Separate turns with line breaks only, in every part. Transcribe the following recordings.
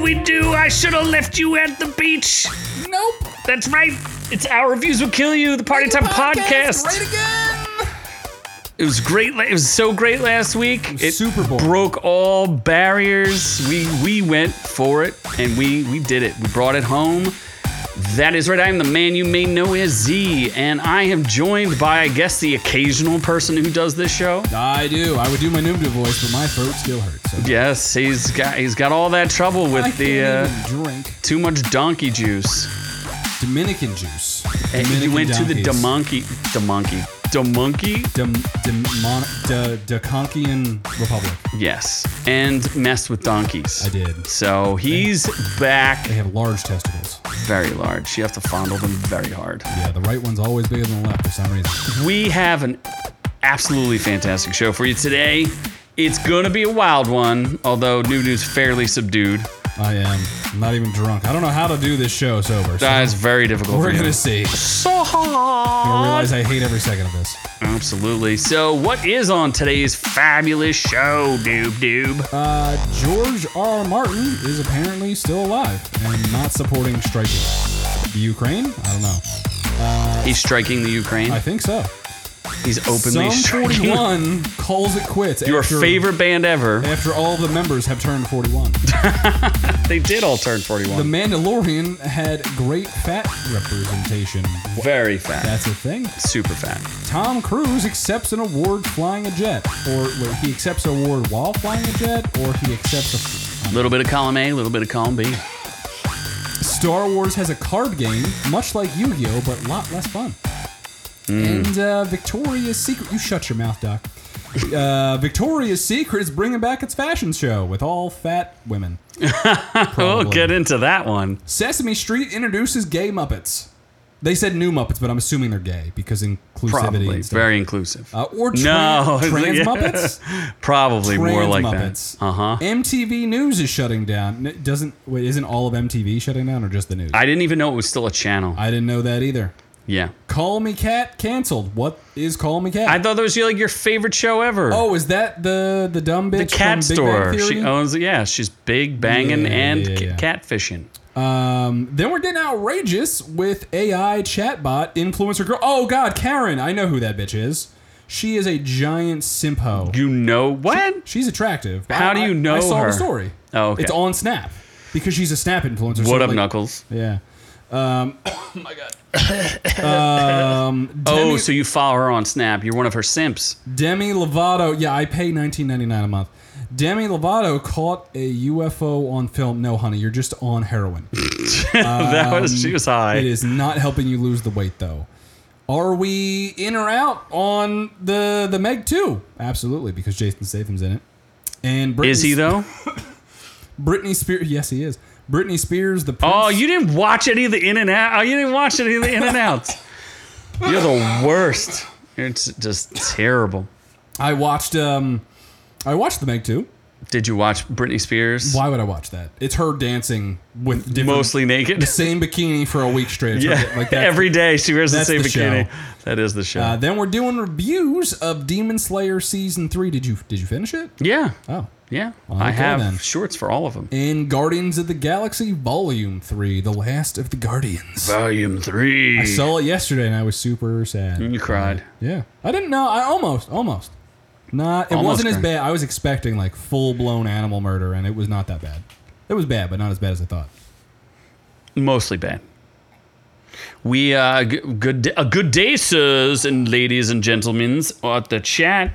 I should have left you at the beach.
Nope.
That's right. It's Our Reviews Will Kill You, the Party Time podcast.
Right again.
It was great. la- It was so great last week. It,
Super Bowl.
broke all barriers. We we went for it and we we did it. We brought it home. That is right. I am the man you may know as Z, and I am joined by I guess the occasional person who does this show.
I do. I would do my Noomda voice, but my throat still hurts. So.
Yes, he's got he's got all that trouble with
I
the uh,
can't even drink
too much donkey juice.
Dominican juice.
And he
Dominican
went to the
donkeys.
demonkey demonkey demonkey
Dem, dem, mon, de, Deconian Republic.
Yes, and messed with donkeys.
I did.
So he's back
They have large testicles.
very large. You have to fondle them very hard.
Yeah, the right one's always bigger than the left for some reason.
We have an absolutely fantastic show for you today. It's going to be a wild one, although new news fairly subdued.
I am not even drunk. I don't know how to do this show sober. So
That is very difficult
we're
for you.
gonna see.
so
I
hard.
realize I hate every second of this.
Absolutely. So, what is on today's fabulous show, Doob Doob?
Uh, George R. R. Martin is apparently still alive and not supporting striking the Ukraine. I don't know.
He's striking the Ukraine.
Uh, I think so.
He's openly
Some
striking.
41 calls it quits.
Your
after,
favorite band ever.
After all the members have turned 41,
They did all turn
the
41.
Mandalorian had great fat representation.
Very fat.
That's a thing.
Super fat.
Tom Cruise accepts an award flying a jet, or wait, he accepts an award while flying a jet, or he accepts a.
little bit of column A, little bit of column B.
Star Wars has a card game, much like Yu Gi Oh, but a lot less fun. And uh, Victoria's Secret. You shut your mouth, Doc. Uh, Victoria's Secret is bringing back its fashion show with all fat women.
We'll
Probably.
Oh, get into that one.
Sesame Street introduces gay Muppets. They said new Muppets, but I'm assuming they're gay because inclusivity.
Probably.
and stuff.
Very inclusive.
Uh, or trans,
No,
trans
yeah.
Muppets.
Probably more
Trans
like
Muppets.
that. Uh huh.
MTV News is shutting down. N- Doesn't wait, isn't all of MTV shutting down or just the news?
I didn't even know it was still a channel.
I didn't know that either.
yeah.
Call Me Cat canceled. What is Call Me Cat?
I thought that was like your favorite show ever.
oh, is that the the dumb bitch
the cat
from Big Bang
store.
Theory?
She owns it. Yeah, she's big banging
Yeah,
and
yeah,
ca-
yeah.
catfishing.
um, then we're getting outrageous with AI chatbot influencer girl. Oh God, Karen, I know who that bitch is. She is a giant simp hoe.
You know what?
She's attractive. but
How
I-
do you
I-
know
I saw
her?
the story.
Oh, okay.
It's on Snap because she's a Snap influencer. so,
what up,
like,
Knuckles?
Yeah. Um, oh my god. um, Demi,
Oh, so you follow her on Snap. You're one of her simps.
Demi Lovato. Yeah, I pay nineteen ninety nine a month. Demi Lovato caught a UFO on film. No, honey, you're just on heroin.
that was she was high.
Um, It is not helping you lose the weight, though. Are we in or out on the the Meg Two? Absolutely, because Jason Statham's in it. And Britney,
Is he though?
Britney Spears. Yes, he is. Britney Spears. The Prince.
Oh, you didn't watch any of the in and out. Oh, you didn't watch any of the in and outs. You're the worst. It's just terrible.
I watched um I watched the Meg 2.
Did you watch Britney Spears?
Why would I watch that? It's her dancing with different,
Mostly naked.
the same bikini for a week straight. It's
Yeah.
her- like that.
Every day she wears the
that's
same
the
bikini.
show.
That is the show.
Uh, then we're doing reviews of Demon Slayer season 3. Did you did you finish it?
yeah.
Oh.
Yeah.
okay,
I have
then.
shorts for all of them.
And Guardians of the Galaxy Volume 3, The Last of the Guardians.
Volume three.
I saw it yesterday and I was super sad.
you cried.
Yeah. I didn't know. I almost almost not it
Almost
wasn't as
cried.
bad. I was expecting like full-blown animal murder and it was not that bad. It was bad, but not as bad as I thought.
Mostly bad. We uh, g- good d- a good day, sirs and ladies and gentlemen, at the chat.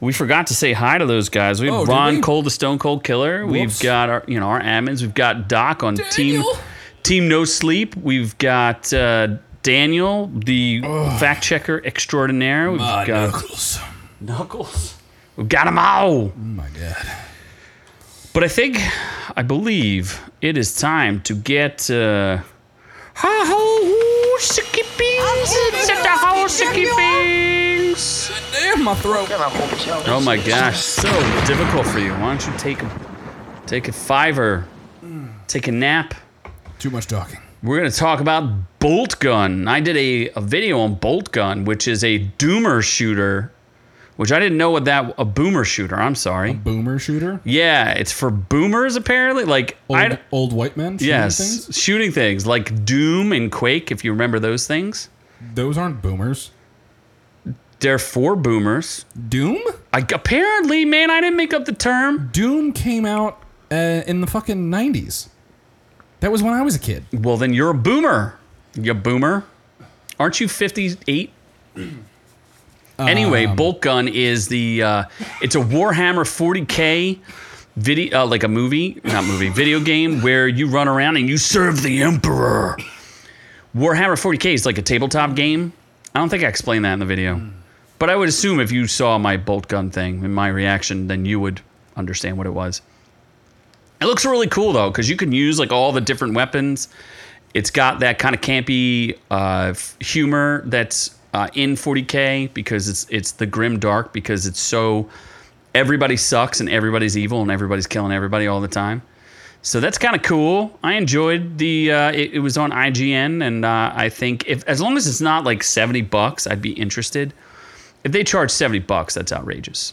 We forgot to say hi to those guys. We have
Oh, did
Ron
we?
Cole, the Stone Cold Killer. We've
Whoops.
got our you know our admins. We've got Doc on team
Daniel.
team No Sleep. We've got uh, Daniel, the fact checker extraordinaire. We've got
Ah, knuckles.
Knuckles. We've got them all.
Oh my god.
But I think, I believe it is time to get. Uh, ha ho sticky beans! It's at the ho sticky beans!
Damn my throat.
Oh my gosh, so difficult for you. Why don't you take a, take a fiver, take a nap?
Too much talking.
We're gonna talk about bolt gun. I did a, a video on bolt gun, which is a doomer shooter, which I didn't know what that a boomer shooter. I'm sorry.
Boomer shooter.
yeah, it's for boomers apparently. Like I
Old,
d-
old white men. shooting
yes,
Things?
shooting things like Doom and Quake. If you remember those things,
Those aren't boomers.
they're for boomers.
Doom.
I, apparently, man, I didn't make up the term.
Doom came out uh, in the fucking nineties. That was when I was a kid.
Well, then you're a boomer. You boomer. Aren't you 58? anyway, Bolt Gun is the uh, it's a Warhammer 40k video, uh, like a movie, not movie, video game where you run around and you serve the Emperor. Warhammer 40k is like a tabletop game. I don't think I explained that in the video, but I would assume if you saw my Bolt Gun thing and my reaction, then you would understand what it was. It looks really cool though, because you can use like all the different weapons. It's got that kind of campy uh, f- humor that's uh, in 40k because it's it's the grim dark because it's so everybody sucks and everybody's evil and everybody's killing everybody all the time. So that's kind of cool. I enjoyed the. Uh, it, it was on IGN, and uh, I think if as long as it's not like 70 bucks, I'd be interested. If they charge 70 bucks, that's outrageous.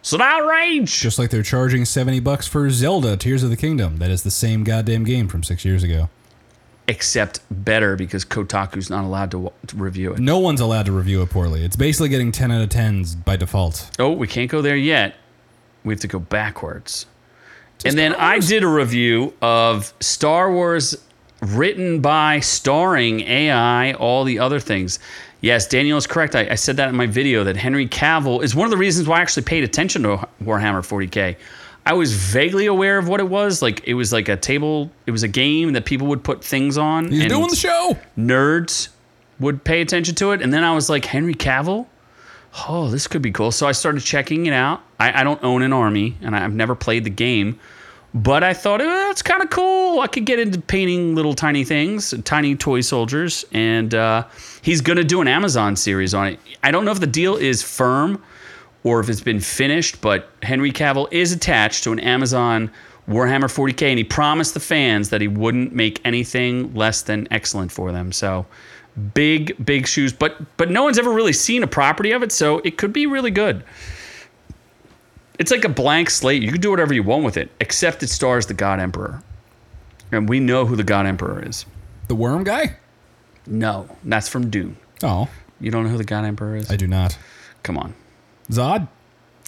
So that outrage.
Just like they're charging seventy bucks for Zelda Tears of the Kingdom. That is the same goddamn game from six years ago.
except better because Kotaku's not allowed to, wa- to review it.
No one's allowed to review it poorly. It's basically getting ten out of tens by default.
Oh, we can't go there yet. We have to go backwards. and then I did a review of Star Wars written by, starring AI, all the other things. Yes, Daniel is correct. I, I said that in my video that Henry Cavill is one of the reasons why I actually paid attention to Warhammer 40K. I was vaguely aware of what it was. Like, it was like a table, it was a game that people would put things on.
He's
and
doing the show.
nerds would pay attention to it. And then I was like, Henry Cavill? Oh, this could be cool. So I started checking it out. I, I don't own an army and I've never played the game, but I thought, eh, that's kind of cool. I could get into painting little tiny things, tiny toy soldiers. And uh, he's going to do an Amazon series on it. I don't know if the deal is firm or if it's been finished, but Henry Cavill is attached to an Amazon Warhammer 40K, and he promised the fans that he wouldn't make anything less than excellent for them. So big, big shoes. But but no one's ever really seen a property of it, so it could be really good. It's like a blank slate. You can do whatever you want with it, except it stars the God Emperor. And we know who the God Emperor is.
The worm guy.
No, that's from Dune.
Oh,
You don't know who the God Emperor is?
I do not.
Come on,
Zod.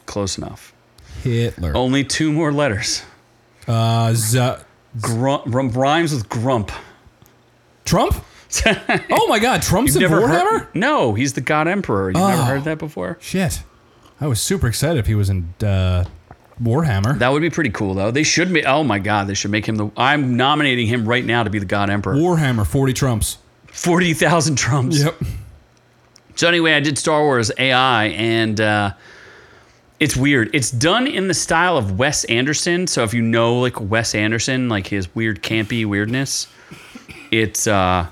close enough.
Hitler.
Only two more letters.
Uh, Z-
Grump rum, rhymes with grump.
Trump. oh my God, Trump's in Warhammer.
Heard, no, he's the God Emperor. You've never
Oh.
heard that before.
Shit, I was super excited if he was in uh, Warhammer.
That would be pretty cool, though. They should be. Oh my God, they should make him the. I'm nominating him right now to be the God Emperor.
Warhammer forty Trumps.
Forty thousand trumps. So anyway, I did Star Wars AI, and uh, it's weird. It's done in the style of Wes Anderson. So if you know like Wes Anderson, like his weird campy weirdness, it's uh,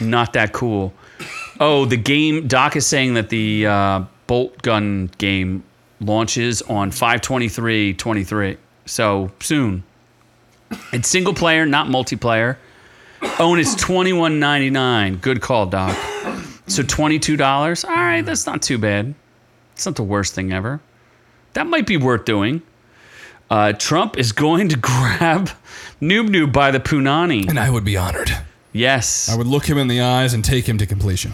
not that cool. Oh, the game Doc is saying that the uh, bolt gun game launches on 523-23. So soon. It's single player, not multiplayer. Oh, and it's twenty one ninety nine. Good call, Doc. So twenty-two dollars. All right, that's not too bad. It's not the worst thing ever. That might be worth doing. Uh, Trump is going to grab Noob Noob by the punani.
and I would be honored. I
Yes,
would look him in the eyes and take him to completion.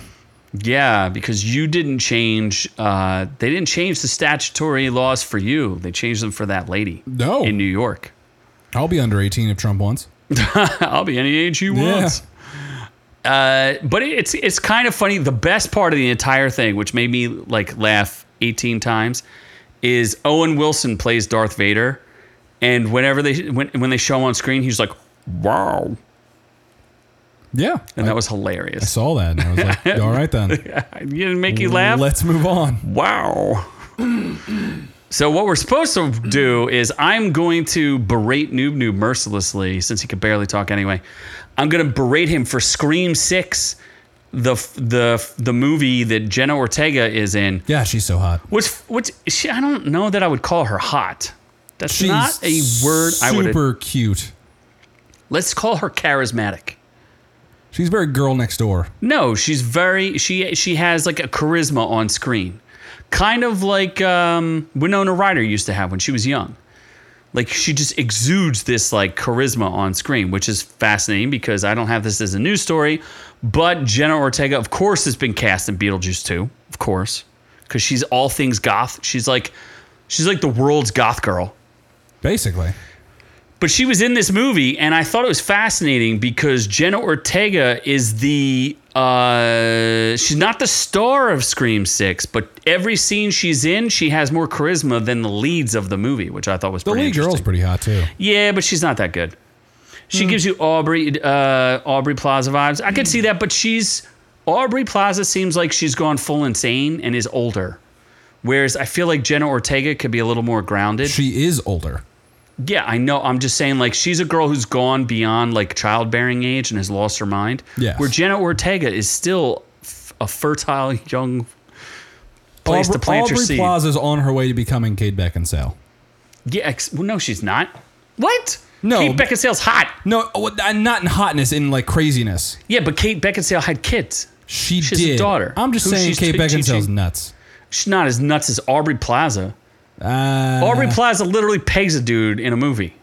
yeah, because you didn't change. Uh, they didn't change the statutory laws for you. They changed them for that lady
No,
in New York.
I'll be under eighteen if Trump wants.
I'll be any age you
Yeah.
want. Uh, but it- it's it's kind of funny. The best part of the entire thing, which made me like laugh 18 times, is Owen Wilson plays Darth Vader, and whenever they when when they show him on screen, he's like, "Wow,"
Yeah,
and
I
that was hilarious.
saw that. And I was like, all right then,
You didn't make you laugh?
let's move on.
Wow. so what we're supposed to do is I'm going to berate Noob Noob mercilessly since he could barely talk anyway. I'm going to berate him for Scream 6, the f- the f- the movie that Jenna Ortega is in.
Yeah, she's so hot.
What's what's she, I don't know that I would call her hot. That's
She's
not a word I would
Super cute.
Let's call her charismatic.
She's very girl next door.
No, she's very she she has like a charisma on screen. kind of like um, Winona Ryder used to have when she was young. Like she just exudes this like charisma on screen, which is fascinating because I don't have this as a news story, but Jenna Ortega, of course, has been cast in Beetlejuice too, of course, because she's all things goth. She's like, she's like the world's goth girl.
Basically.
But she was in this movie, and I thought it was fascinating because Jenna Ortega is the uh, she's not the star of Scream Six, but every scene she's in, she has more charisma than the leads of the movie, which I thought was
The
pretty
lead
interesting.
girl's pretty hot too.
Yeah, but she's not that good. She
Hmm.
gives you Aubrey uh, Aubrey Plaza vibes. I could see that, but she's Aubrey Plaza seems like she's gone full insane and is older. Whereas I feel like Jenna Ortega could be a little more grounded.
She is older.
Yeah, I know. I'm just saying, like, she's a girl who's gone beyond like childbearing age and has lost her mind.
Yes.
Where Jenna Ortega is still f- a fertile young place
Aubrey,
to plant
Aubrey
your seed.
Plaza's on her way to becoming Kate Beckinsale.
Yeah. Ex- well, no, she's not. What?
No,
Kate
but-
Beckinsale's hot.
No, oh, uh, not in hotness, in like craziness.
Yeah, but Kate Beckinsale had kids.
She
She has a
did.
daughter
I'm just
who
saying
she's
Kate
te-
Beckinsale's
teaching.
nuts.
She's not as nuts as Aubrey Plaza.
Uh,
Aubrey Plaza literally pegs a dude in a movie.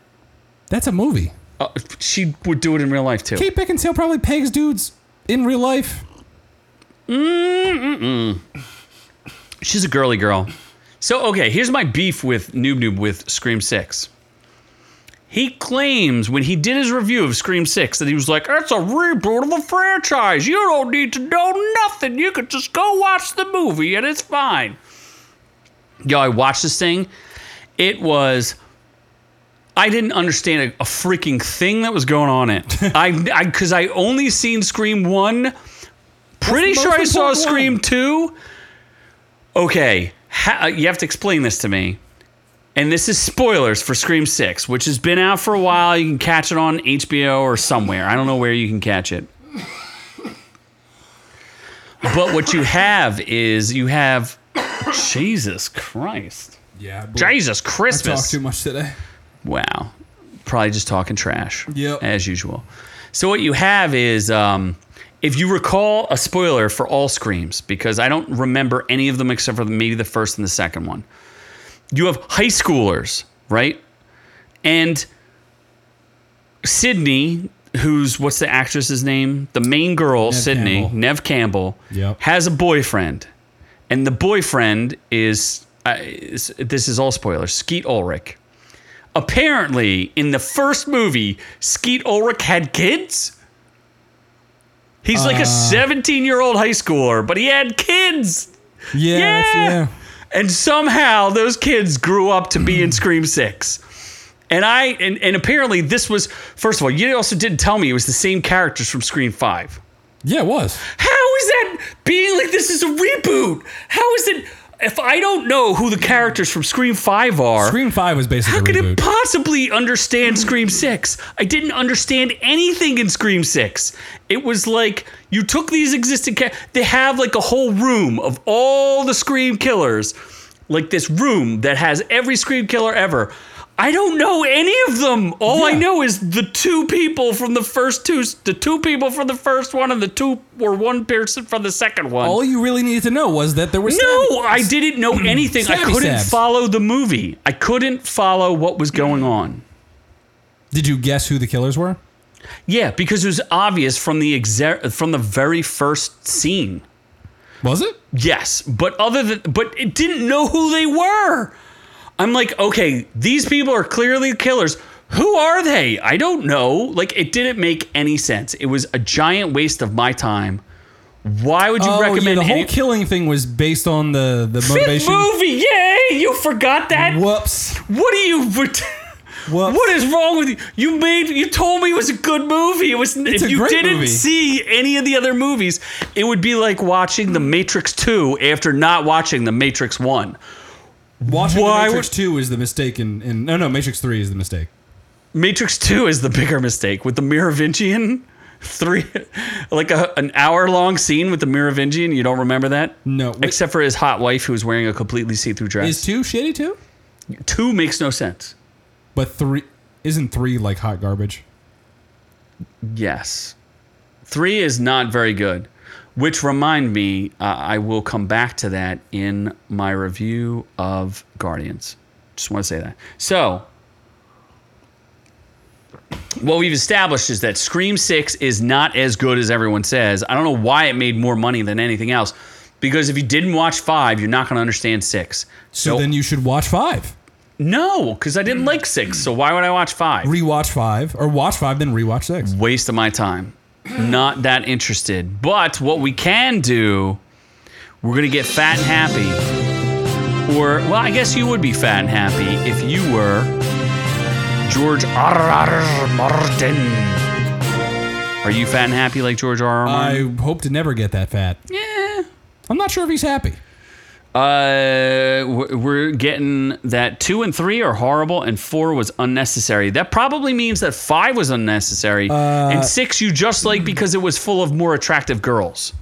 that's a movie.
Uh, she would do it in real life too.
Kate Beckinsale probably pegs dudes in real life.
She's a girly girl. So okay, here's my beef with Noob Noob with Scream Six. He claims when he did his review of Scream Six that he was like, "That's a reboot of the franchise. You don't need to know nothing. You could just go watch the movie and it's fine." Yo, I watched this thing. It was. I didn't understand a, a freaking thing that was going on in. it. I because I, only seen Scream one. Pretty
the
sure
most
I saw
important one.
Scream two. Okay, ha- uh, you have to explain this to me. And this is spoilers for Scream Six, which has been out for a while. You can catch it on HBO or somewhere. I don't know where you can catch it. But what you have is you have Jesus Christ.
Yeah,
Jesus
I talk
Christmas.
too much today.
Wow. Probably just talking trash.
Yep.
As usual. So what you have is um if you recall a spoiler for all screams, because I don't remember any of them except for maybe the first and the second one. You have high schoolers, right? And Sydney, who's what's the actress's name? The main girl, Sydney,
Campbell.
Nev Campbell,
Yep.
has a boyfriend. And the boyfriend is, uh, is this is all spoilers, Skeet Ulrich apparently in the first movie, Skeet Ulrich had kids. He's like a 17 year old high schooler, but he had kids.
Yeah, that's-
Yeah.
yeah.
And somehow those kids grew up to be in Scream 6. And I and, and apparently this was first of all, you also didn't tell me it was the same characters from Scream 5.
Yeah, it was.
How is that being like this is a reboot? How is it if I don't know who the characters from Scream 5 are?
Scream Five was basically
How
a
could
reboot.
it possibly understand Scream 6? I didn't understand anything in Scream 6. It was like you took these existing ca- they have like a whole room of all the Scream killers. Like this room that has every Scream killer ever. I don't know any of them. All I
Yeah.
know is the two people from the first two the two people from the first one and the two or one person from the second one.
All you really needed to know was that there was
No, I didn't know anything. I
Stabby
couldn't
stabs.
follow the movie. I couldn't follow what was going on.
Did you guess who the killers were?
Yeah, because it was obvious from the exe- from the very first scene.
Was it?
Yes, but other than but it didn't know who they were. I'm like, okay, these people are clearly killers. Who are they? I don't know. Like it didn't make any sense. It was a giant waste of my time. Why would you
oh, yeah,
recommend
the whole
any-
killing thing was based on the the
Fifth
motivation.
movie? Yay! You forgot that.
Whoops.
What do you? What
Whoops.
what is wrong with you? You made you told me it was a good movie. It was.
a
if you
great
didn't
movie.
see any of the other movies, it would be like watching The Matrix Two after not watching The Matrix One.
Watching
Why
the Matrix Two is the mistake, and in, in, no, no, Matrix Three is the mistake.
Matrix Two is the bigger mistake with the Merovingian. Three, like a, an hour long scene with the Merovingian. You don't remember that?
No, wait,
Except for his hot wife who was wearing a completely see through dress.
is two shitty too?
two makes no sense.
But three isn't three like hot garbage.
Yes. Three is not very good. Which remind me, uh, I will come back to that in my review of Guardians. Just want to say that. So, what we've established is that Scream 6 is not as good as everyone says. I don't know why it made more money than anything else. Because if you didn't watch 5, you're not going to understand 6.
So then you should watch five.
No, because I didn't like 6. So why would I watch 5?
Rewatch five, or watch five, then rewatch six.
waste of my time. Not that interested. But what we can do, we're gonna get fat and happy. Or well, I guess you would be fat and happy if you were George R. R. Martin. Are you fat and happy like George R. R. Martin?
I hope to never get that fat.
yeah.
I'm not sure if he's happy.
Uh, we're- we're getting that two and three are horrible, and four was unnecessary. That probably means that five was unnecessary,
Uh,
and six you just like because it was full of more attractive girls.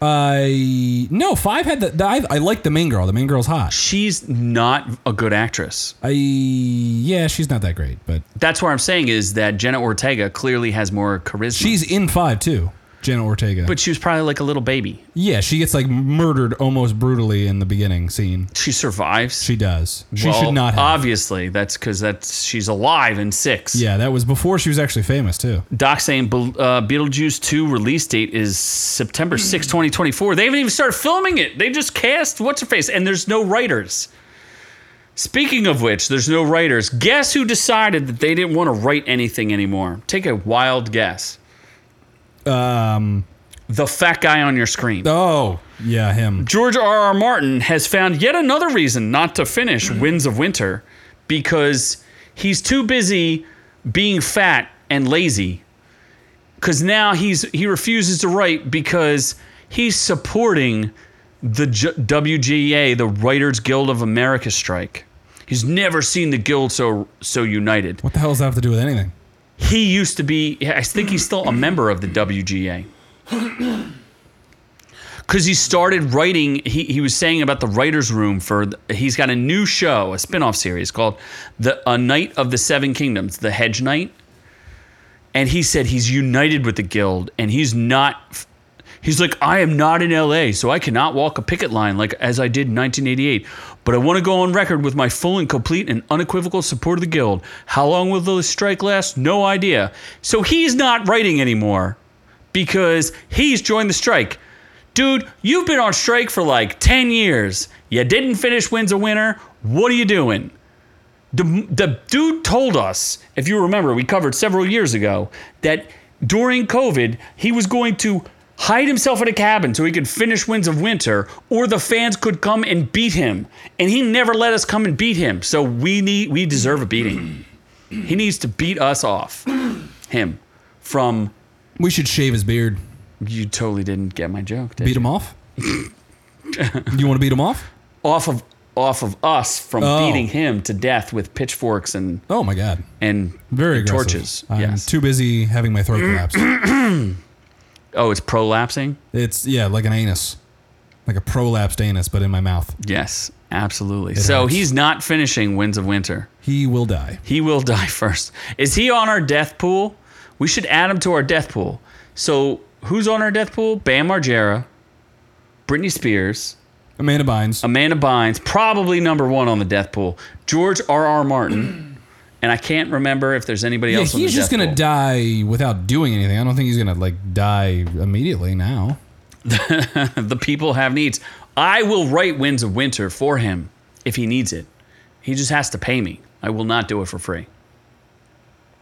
I no five had the, the- I, I like the main girl. The main girl's hot.
she's not a good actress.
I yeah, she's not that great, but
That's what I'm saying is that Jenna Ortega clearly has more charisma.
she's in five too. Jenna Ortega.
but she was probably like a little baby.
yeah, she gets like murdered almost brutally in the beginning scene.
She survives.
She does. She
Well,
should not have.
Obviously, that's because that's she's alive in six.
yeah, that was before she was actually famous too.
Doc saying Be- uh, Beetlejuice 2 release date is September 6, 2024. They haven't even started filming it. They just cast What's Her Face, and there's no writers. Speaking of which, there's no writers. Guess who decided that they didn't want to write anything anymore? Take a wild guess. Um, the fat guy on your screen.
Oh yeah, him.
George R. R. Martin has found yet another reason not to finish Winds of Winter because he's too busy being fat and lazy. Because now he's he refuses to write because he's supporting the J- WGA, the Writers Guild of America strike. He's never seen the guild so so united.
What the hell does that have to do with anything?
He used to be, I think he's still a member of the WGA. Because he started writing, he, he was saying about the writer's room for, he's got a new show, a spin off series called the A Knight of the Seven Kingdoms, The Hedge Knight. And he said he's united with the guild and he's not, he's like, I am not in LA, so I cannot walk a picket line like as I did in 1988. But I want to go on record with my full and complete and unequivocal support of the guild. How long will the strike last? No idea. So he's not writing anymore because he's joined the strike. Dude, you've been on strike for like 10 years. You didn't finish Wins a Winner. What are you doing? The, the dude told us, if you remember, we covered several years ago, that during COVID, he was going to hide himself in a cabin so he could finish Winds of Winter, or the fans could come and beat him. And he never let us come and beat him. So we need we deserve a beating. he needs to beat us off. Him. From
We should shave his beard.
you totally didn't get my joke. Did
Beat
you?
him off. you want to beat him off?
off of off of us from
Oh.
beating him to death with pitchforks and
Oh my god.
and
Very aggressive.
torches.
I'm
yes.
too busy having my throat collapse.
oh, it's prolapsing.
It's yeah, like an anus, like a prolapsed anus, but in my mouth.
Yes, absolutely. so
hurts.
he's not finishing Winds of Winter.
He will die.
He will die first. Is he on our death pool? We should add him to our death pool. So who's on our death pool? Bam Margera, Britney Spears,
Amanda Bynes.
Amanda Bynes, probably number one on the death pool. George R. R. Martin. And I can't remember if there's anybody
yeah,
else. on the
he's just
death
gonna
pool.
die without doing anything. I don't think he's gonna like die immediately now.
the people have needs. I will write Winds of Winter for him if he needs it. He just has to pay me. I will not do it for free.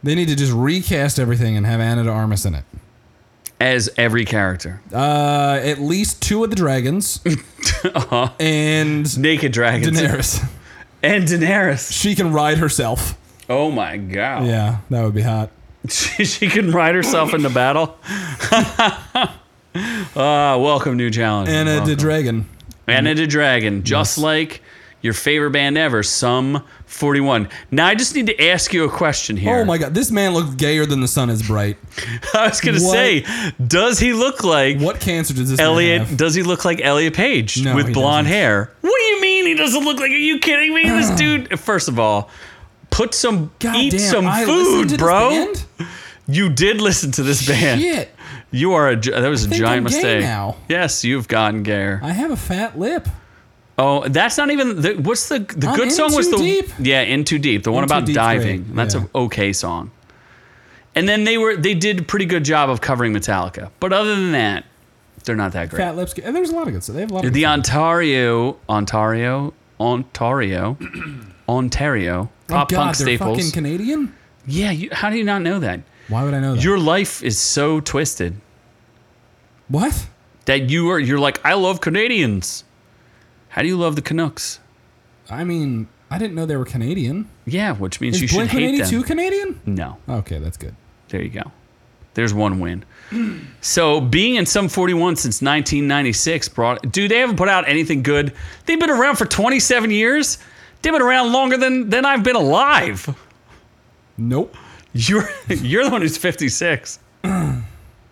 They need to just recast everything and have Anna de Armas in it.
As every character.
Uh, at least two of the dragons
Uh-huh.
and
Naked dragons.
Daenerys.
And Daenerys.
She can ride herself.
Oh my god.
Yeah, that would be hot.
she, she can ride herself into battle. Ah, welcome new challenge.
Anna de Dragon.
Anna the Dragon, just like your favorite band ever, Sum 41. Now I just need to ask you a question here.
Oh my god, this man looks gayer than the sun is bright.
I was gonna
What?
say, does he look like
What cancer does this man have?
Elliot does he look like Elliot Page
No,
with
he
blonde
doesn't.
hair? What do you mean he doesn't look like? Are you kidding me? This dude. First of all, put some
God
eat
damn,
some
I listened to
food,
this
bro.
band?
You did listen to this band.
Shit.
You are a gi- that was a
think
giant
I'm gay
mistake.
now.
Yes, you've gotten gay.
I have a fat lip.
Oh, that's not even the, what's the the
I'm
good
In
song was
Too
the
Deep.
yeah in too deep the one
In Too
about
Deep's
diving
great,
that's
yeah.
a okay song. And then they were they did a pretty good job of covering Metallica, but other than that, they're not that great.
Fat lips. And there's a lot of good stuff. They have a lot of good
The Ontario, Ontario, Ontario, Ontario
stuff.
pop
oh, God,
punk
they're
staples.
fucking Canadian?
yeah, you, how do you not know that?
Why would I know that?
Your life is so twisted
what?
that you are you're like I love Canadians. How do you love the Canucks?
I mean, I didn't know they were Canadian.
Yeah, which means
Is
you should
Blink
hate
182
them.
Canadian?
No,
Okay, that's good.
there you go. There's one win. so being in some 41 since 1996 brought. Dude, they haven't put out anything good. They've been around for 27 years. They've been around longer than than I've been alive.
Nope.
You're you're the one who's 56.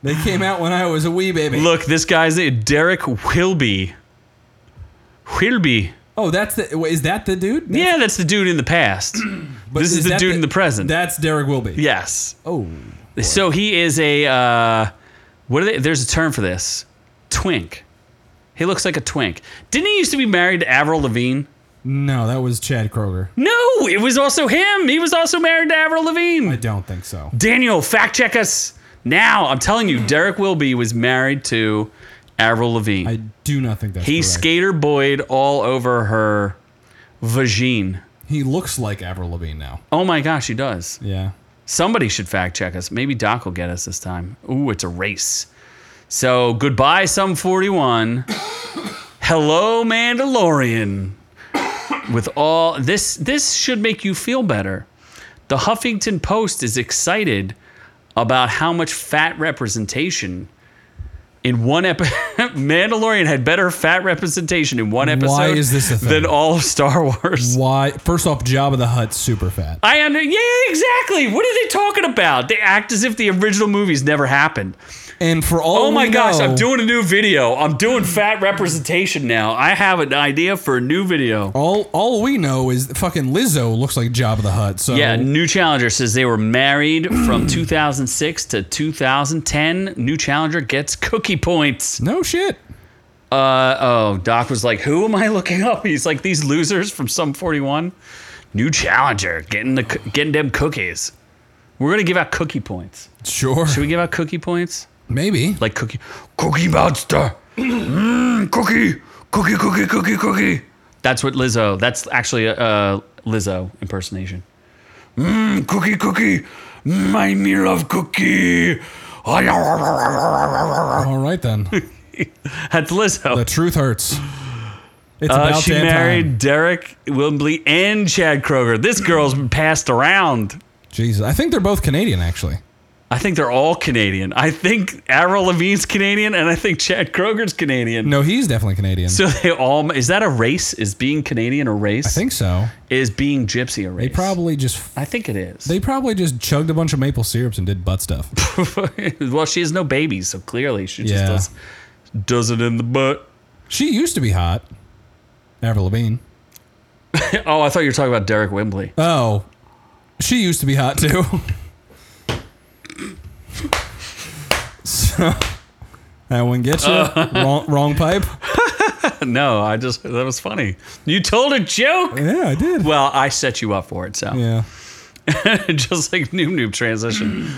They came out when I was a wee baby.
Look, this guy's name, Derek Wilby. Wilby.
Oh, that's the. wait, Is that the dude? That-
Yeah, that's the dude in the past.
but
this is the
that
dude in the present.
That's Derek Wilby.
yes.
Oh,
So he is a uh, what are they? There's a term for this. Twink. He looks like a twink. Didn't he used to be married to Avril Lavigne?
no, that was Chad Kroger.
Hmm. No, it was also him. He was also married to Avril
I
Lavigne.
don't think so.
Daniel, fact check us now. I'm telling you, Derek Wilby was married to Avril Lavigne.
I do not think that's
He
correct.
skater boyed all over her vagine.
He looks like Avril Lavigne now.
Oh my gosh, he does.
Yeah.
Somebody should fact check us. Maybe Doc will get us this time. Ooh, it's a race. So goodbye, some 41. Hello, Mandalorian. With all this, this should make you feel better. The Huffington Post is excited about how much fat representation in one episode. Mandalorian had better fat representation in one episode
Why is this a thing?
than all of Star Wars.
Why? First off, Jabba the Hutt, super fat.
I under yeah exactly. What are they talking about? They act as if the original movies never happened.
And for all
Oh my
we
gosh,
know,
I'm doing a new video. I'm doing fat representation now. I have an idea for a new video.
All all we know is that fucking Lizzo looks like Jabba the Hutt. So
Yeah, New Challenger says they were married from 2006 to 2010. New Challenger gets cookie points.
no shit.
Uh oh, Doc was like, "Who am I looking up?" He's like, "These losers from some 41." New Challenger getting the coo- getting them cookies. We're gonna give out cookie points.
Sure,
Should we give out cookie points?
maybe.
like cookie cookie monster mm, cookie cookie cookie cookie cookie that's what lizzo that's actually a, a lizzo impersonation mm, cookie cookie my meal of cookie that's
All right then.
lizzo
The truth hurts. It's
uh,
about
she
damn time.
married derek Wimbley and chad kroger this girl's been passed around
Jesus, I think they're both Canadian actually.
I think they're all Canadian. I think Avril Lavigne's Canadian, and I think Chad Kroger's Canadian.
No, he's definitely Canadian.
So they all is that a race? Is being Canadian a race?
I think so.
is being gypsy a race?
They probably just
I think it is.
they probably just chugged a bunch of maple syrups and did butt stuff.
well, she has no babies, so clearly she just
Yeah.
does does it in the butt.
she used to be hot. Avril Lavigne.
Oh, I thought you were talking about Derek Wimbley.
Oh, she used to be hot too. so that one gets you wrong, wrong pipe.
no, I just that was funny. You told a joke.
Yeah, I did.
Well, I set you up for it, so
Yeah.
just like Noob Noob transition.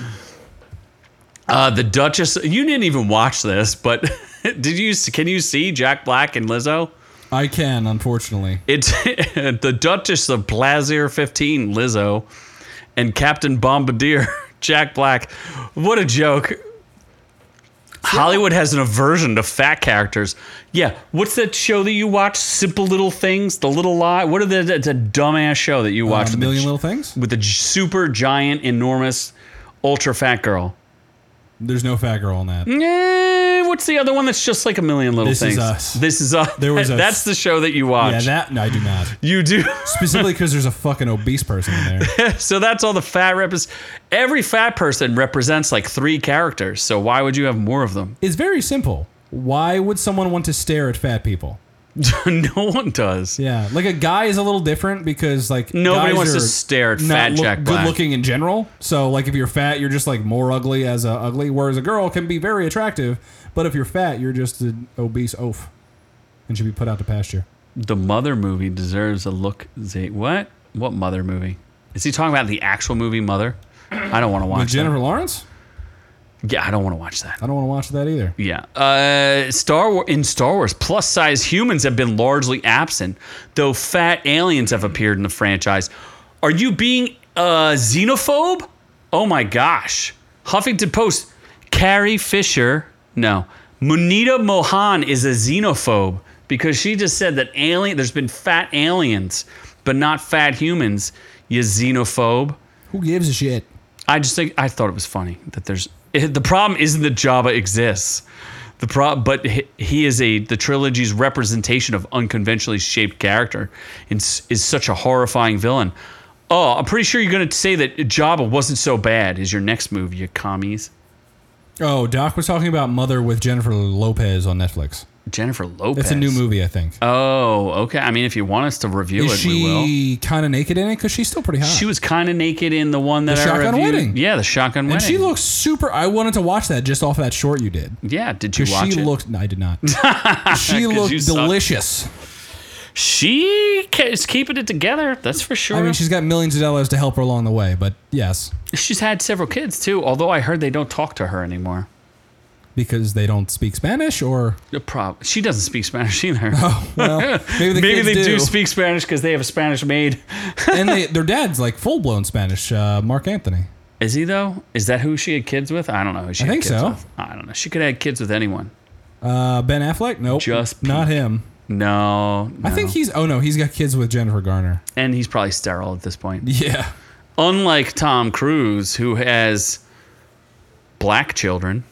Uh, the Duchess. You didn't even watch this, but did you? Can you see Jack Black and Lizzo?
I can, unfortunately.
It's the Duchess of Plaisir 15, Lizzo, and Captain Bombardier, Jack Black. What a joke. Hollywood has an aversion to fat characters. Yeah, what's that show that you watch? Simple Little Things, The Little Lie. What are the that's a dumbass show that you watch
Uh, a
with, the
million
gi-
little things.
with the gi- super giant, enormous, ultra fat girl?
There's no fat girl on that.
Eh, what's the other one that's just like a million little
This Is
things?
Us.
This is us.
There was a-
that's the show that you watch.
Yeah, that no, I do not.
you do.
Specifically because there's a fucking obese person in there.
So that's all the fat reps. Every fat person represents like three characters. So why would you have more of them?
It's very simple. Why would someone want to stare at fat people?
no one does.
Yeah, like a guy is a little different because like
Nobody
guys
wants to
are
stare at
not
fat
look-
Jack Black.
Good looking in general. So like if you're fat, you're just like more ugly as a ugly. Whereas a girl can be very attractive, but if you're fat, you're just an obese oaf, and should be put out to pasture.
The Mother movie deserves a look. Zay, what? What Mother movie? Is he talking about the actual movie Mother? I don't want to
With
watch
Jennifer Lawrence,
that. Yeah, I don't want to watch that.
I don't want to watch that either.
Yeah. Uh, Star War- in Star Wars, plus size humans have been largely absent, though fat aliens have appeared in the franchise. Are you being uh, xenophobe? Oh my gosh. Huffington Post, Carrie Fisher, no. Munita Mohan is a xenophobe because she just said that alien there's been fat aliens, but not fat humans, you xenophobe.
Who gives a shit?
I just think I thought it was funny that there's it, the problem isn't that Java exists. The problem, but he, he is a the trilogy's representation of unconventionally shaped character, and s- is such a horrifying villain. Oh, I'm pretty sure you're going to say that Java wasn't so bad. Is your next move, you commies?
Oh, Doc was talking about Mother with Jennifer Lopez on Netflix.
Jennifer Lopez.
It's a new movie, I think.
Oh, okay. I mean, if you want us to review
is
it, we will.
she kind of naked in it? Because she's still pretty hot.
She was kind of naked in the one that
The
I
Shotgun
reviewed.
Wedding.
Yeah, the shotgun
and
wedding.
she looks super. I wanted to watch that just off that short you did.
Yeah, did you
Because
watch
she
it?
looked. No, I did not. she
you
looked
suck.
delicious.
she ca- is keeping it together. That's for sure.
I mean, she's got millions of dollars to help her along the way, but yes,
She's had several kids too, although I heard they don't talk to her anymore.
because they don't speak Spanish, or
The prob- she doesn't speak Spanish either.
well, maybe the
Maybe
kids
they do.
do.
speak Spanish because they have a Spanish maid.
and they, their dad's like full blown Spanish. Uh, Mark Anthony.
Is he though? Is that who she had kids with? I don't know. Who she
I
had
think
kids
so.
With. I don't know. She could have had kids with anyone.
Uh, ben Affleck. Nope.
Just
not him.
No,
I think
no.
he's. Oh no, he's got kids with Jennifer Garner.
and he's probably sterile at this point.
Yeah.
Unlike Tom Cruise, who has black children,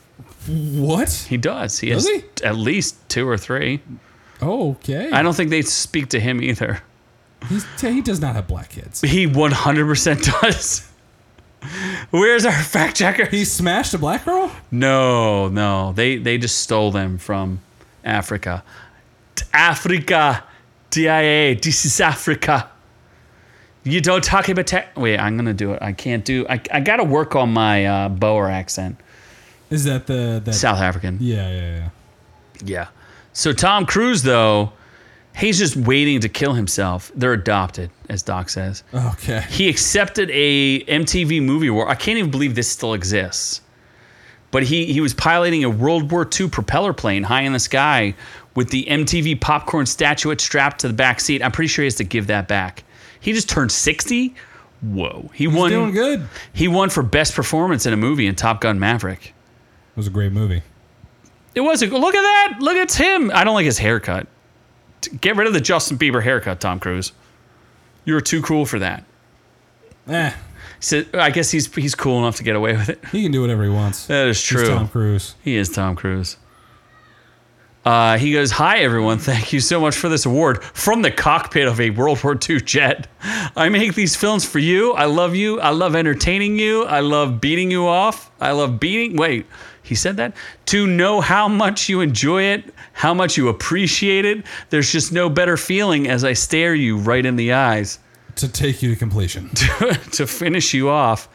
What?
he does. He
Does
has
he?
t- at least two or three.
Okay.
I don't think they speak to him either.
He's, he does not have black kids.
He 100% does. Where's our fact checker?
He smashed a black girl.
No, no. They they just stole them from Africa. T- Africa. DIA. This is Africa. You don't talk about tech. Wait, I'm going to do it. I can't do I I got to work on my uh, Boer accent.
Is that the that?
South African.
Yeah, yeah, yeah.
Yeah. So Tom Cruise though, he's just waiting to kill himself. They're adopted, as Doc says.
Okay.
he accepted a MTV movie award. I can't even believe this still exists. But he he was piloting a World War II propeller plane high in the sky with the MTV popcorn statuette strapped to the back seat. I'm pretty sure he has to give that back. He just turned 60. Whoa. He won
Doing good. It
he won for best performance in a movie in Top Gun Maverick.
was a great movie.
It was a look at that. Look at him. I don't like his haircut. T- Get rid of the Justin Bieber haircut, Tom Cruise. You were too cool for that.
Eh,
So I guess he's he's cool enough to get away with it.
he can do whatever he wants.
That is Uh,
He's
true.
Tom Cruise.
He is Tom Cruise. Uh, he goes, Hi, everyone. Thank you so much for this award from the cockpit of a World War II jet. I make these films for you. I love you. I love entertaining you. I love beating you off. I love beating. Wait, he said that? To know how much you enjoy it, how much you appreciate it. There's just no better feeling as I stare you right in the eyes
To take you to completion.
to finish you off.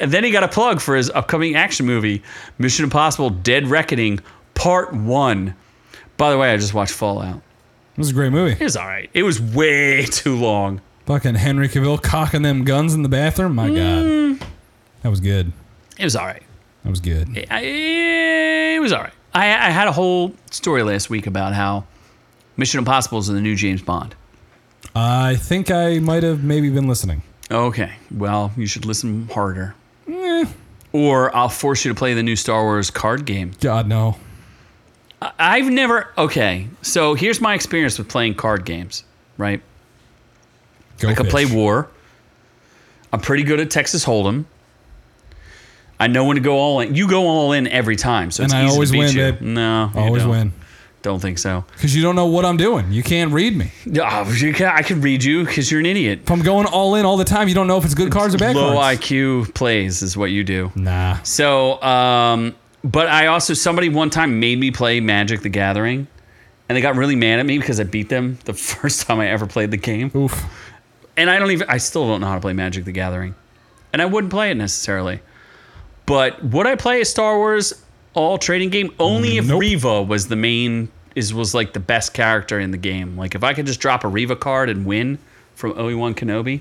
And then he got a plug for his upcoming action movie, Mission Impossible Dead Reckoning Part 1. By the way, I just watched Fallout.
It was a great movie.
It was all right. It was way too long.
Fucking Henry Cavill cocking them guns in the bathroom. My
Mm.
God. That was good.
It was all right.
That was good.
I- It was all right. I, I had a whole story last week about how Mission Impossible is the new James Bond.
I think I might have maybe been listening.
Okay. Well, you should listen harder. Eh. Or I'll force you to play the new Star Wars card game.
God, no.
I've never. Okay, so here's my experience with playing card games. Right,
Go
I could
fish.
play War. I'm pretty good at Texas Hold'em. I know when to go all in. You go all in every time, so
And
it's
I
easy
always
to beat
win,
you.
babe.
No, you
Always
don't.
win.
Don't think so.
Because you don't know what I'm doing. You can't read me.
Ah, you can- I could read you because you're an idiot.
If I'm going all in all the time, you don't know if it's good cards or bad
Low
cards.
IQ plays is what you do.
Nah.
So, um, but I also somebody one time made me play Magic the Gathering, and they got really mad at me because I beat them the first time I ever played the game.
Oof.
And I don't even I still don't know how to play Magic the Gathering. And I wouldn't play it necessarily. But would I play a Star Wars all trading game only if
Nope.
Riva was the main is was like the best character in the game. Like if I could just drop a Riva card and win from Obi-Wan Kenobi,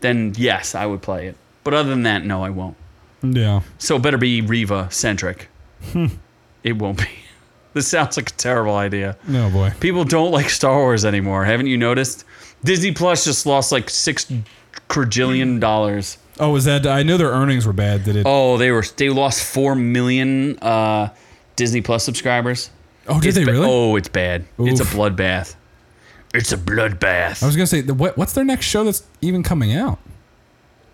then yes, I would play it. But other than that, no, I won't.
Yeah.
So it better be Riva centric. it won't be. This sounds like a terrible idea.
No boy.
People don't like Star Wars anymore. Haven't you noticed? Disney Plus just lost like six quadrillion dollars.
Oh, is that? I know their earnings were bad. Did it? Oh,
Oh, they were they lost four million uh, Disney Plus subscribers.
did
It's
they
ba-
really?
Oh, it's bad. It's a
Oof.
bloodbath. It's a bloodbath.
I was gonna say, the- what, what's their next show that's even coming out?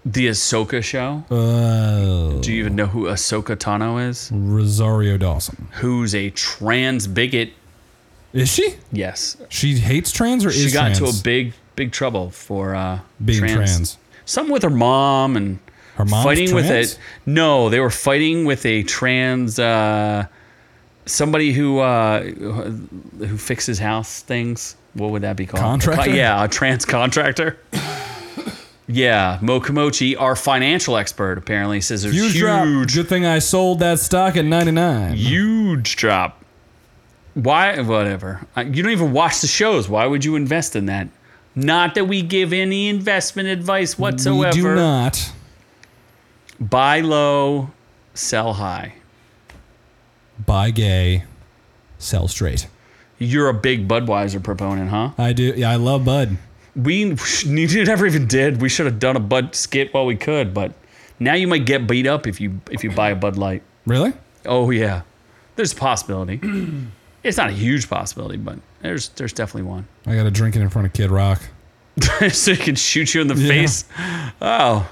the Ahsoka show.
Uh,
Do you even know who Ahsoka Tano is?
Rosario Dawson.
Who's a trans bigot?
Is she?
Yes,
She hates trans or
she
is
got
trans?
into a big big trouble for uh,
Being trans.
Something with her mom and
Her mom's
fighting with
trans?
it. No, they were fighting with a trans uh, somebody who uh, who fixes house things. What would that be called?
Contractor?
Yeah, a trans contractor. yeah, Mo Komochi, our financial expert, apparently says there's
huge, drop.
huge
Good thing I sold that stock at ninety nine.
huge drop. Why? Whatever. Uh, You don't even watch the shows. Why would you invest in that? Not that we give any investment advice whatsoever.
We do not
Buy low, sell high.
buy gay, sell straight.
You're a big Budweiser proponent, huh?
I do. Yeah, I love Bud.
We you never even did. We should have done a Bud skit while we could, but now you might get beat up if you if you buy a Bud Light.
Really?
Oh yeah, there's a possibility. it's not a huge possibility, but there's there's definitely one.
I got to drink it in front of Kid Rock.
so he can shoot you in the face. Oh,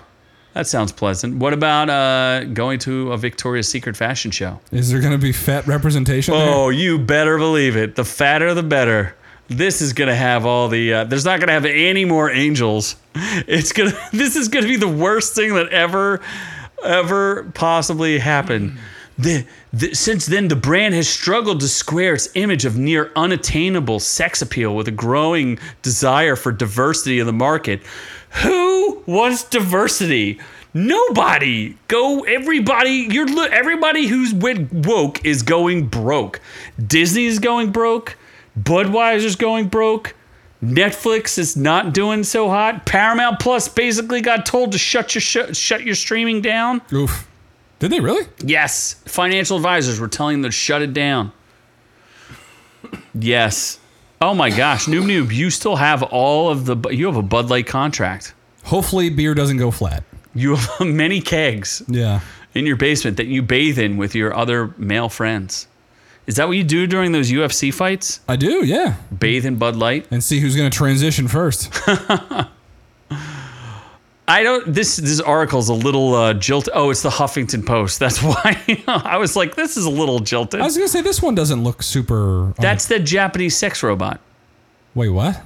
that sounds pleasant. What about uh, going to a Victoria's Secret fashion show?
Is there gonna be fat representation?
Oh, you better believe it. The fatter, the better. This is gonna have all the. Uh, there's not gonna have any more angels. It's gonna. This is gonna be the worst thing that ever, ever possibly happened. The, the, since then, the brand has struggled to square its image of near unattainable sex appeal with a growing desire for diversity in the market. Who wants diversity? Nobody. Go. Everybody. You're li- everybody who's went woke is going broke. Disney's going broke. Budweiser's going broke. Netflix is not doing so hot. Paramount Plus basically got told to shut your sh- shut your streaming down.
there? Oof. Did they really?
Yes, financial advisors were telling them to shut it down. Yes. Oh my gosh, Noob Noob, you still have all of the Bu- you have a Bud Light contract.
Hopefully, beer doesn't go flat.
You have many kegs
Yeah.
in your basement that you bathe in with your other male friends. Is that what you do during those UFC fights?
I do. Yeah.
Bathe in Bud Light?
And see who's gonna transition first.
I don't. This this article's a little uh, jilt. Oh, it's the Huffington Post. That's why I was like, this is a little jilted.
I was gonna say this one doesn't look super.
That's the Japanese sex robot,
wait, what?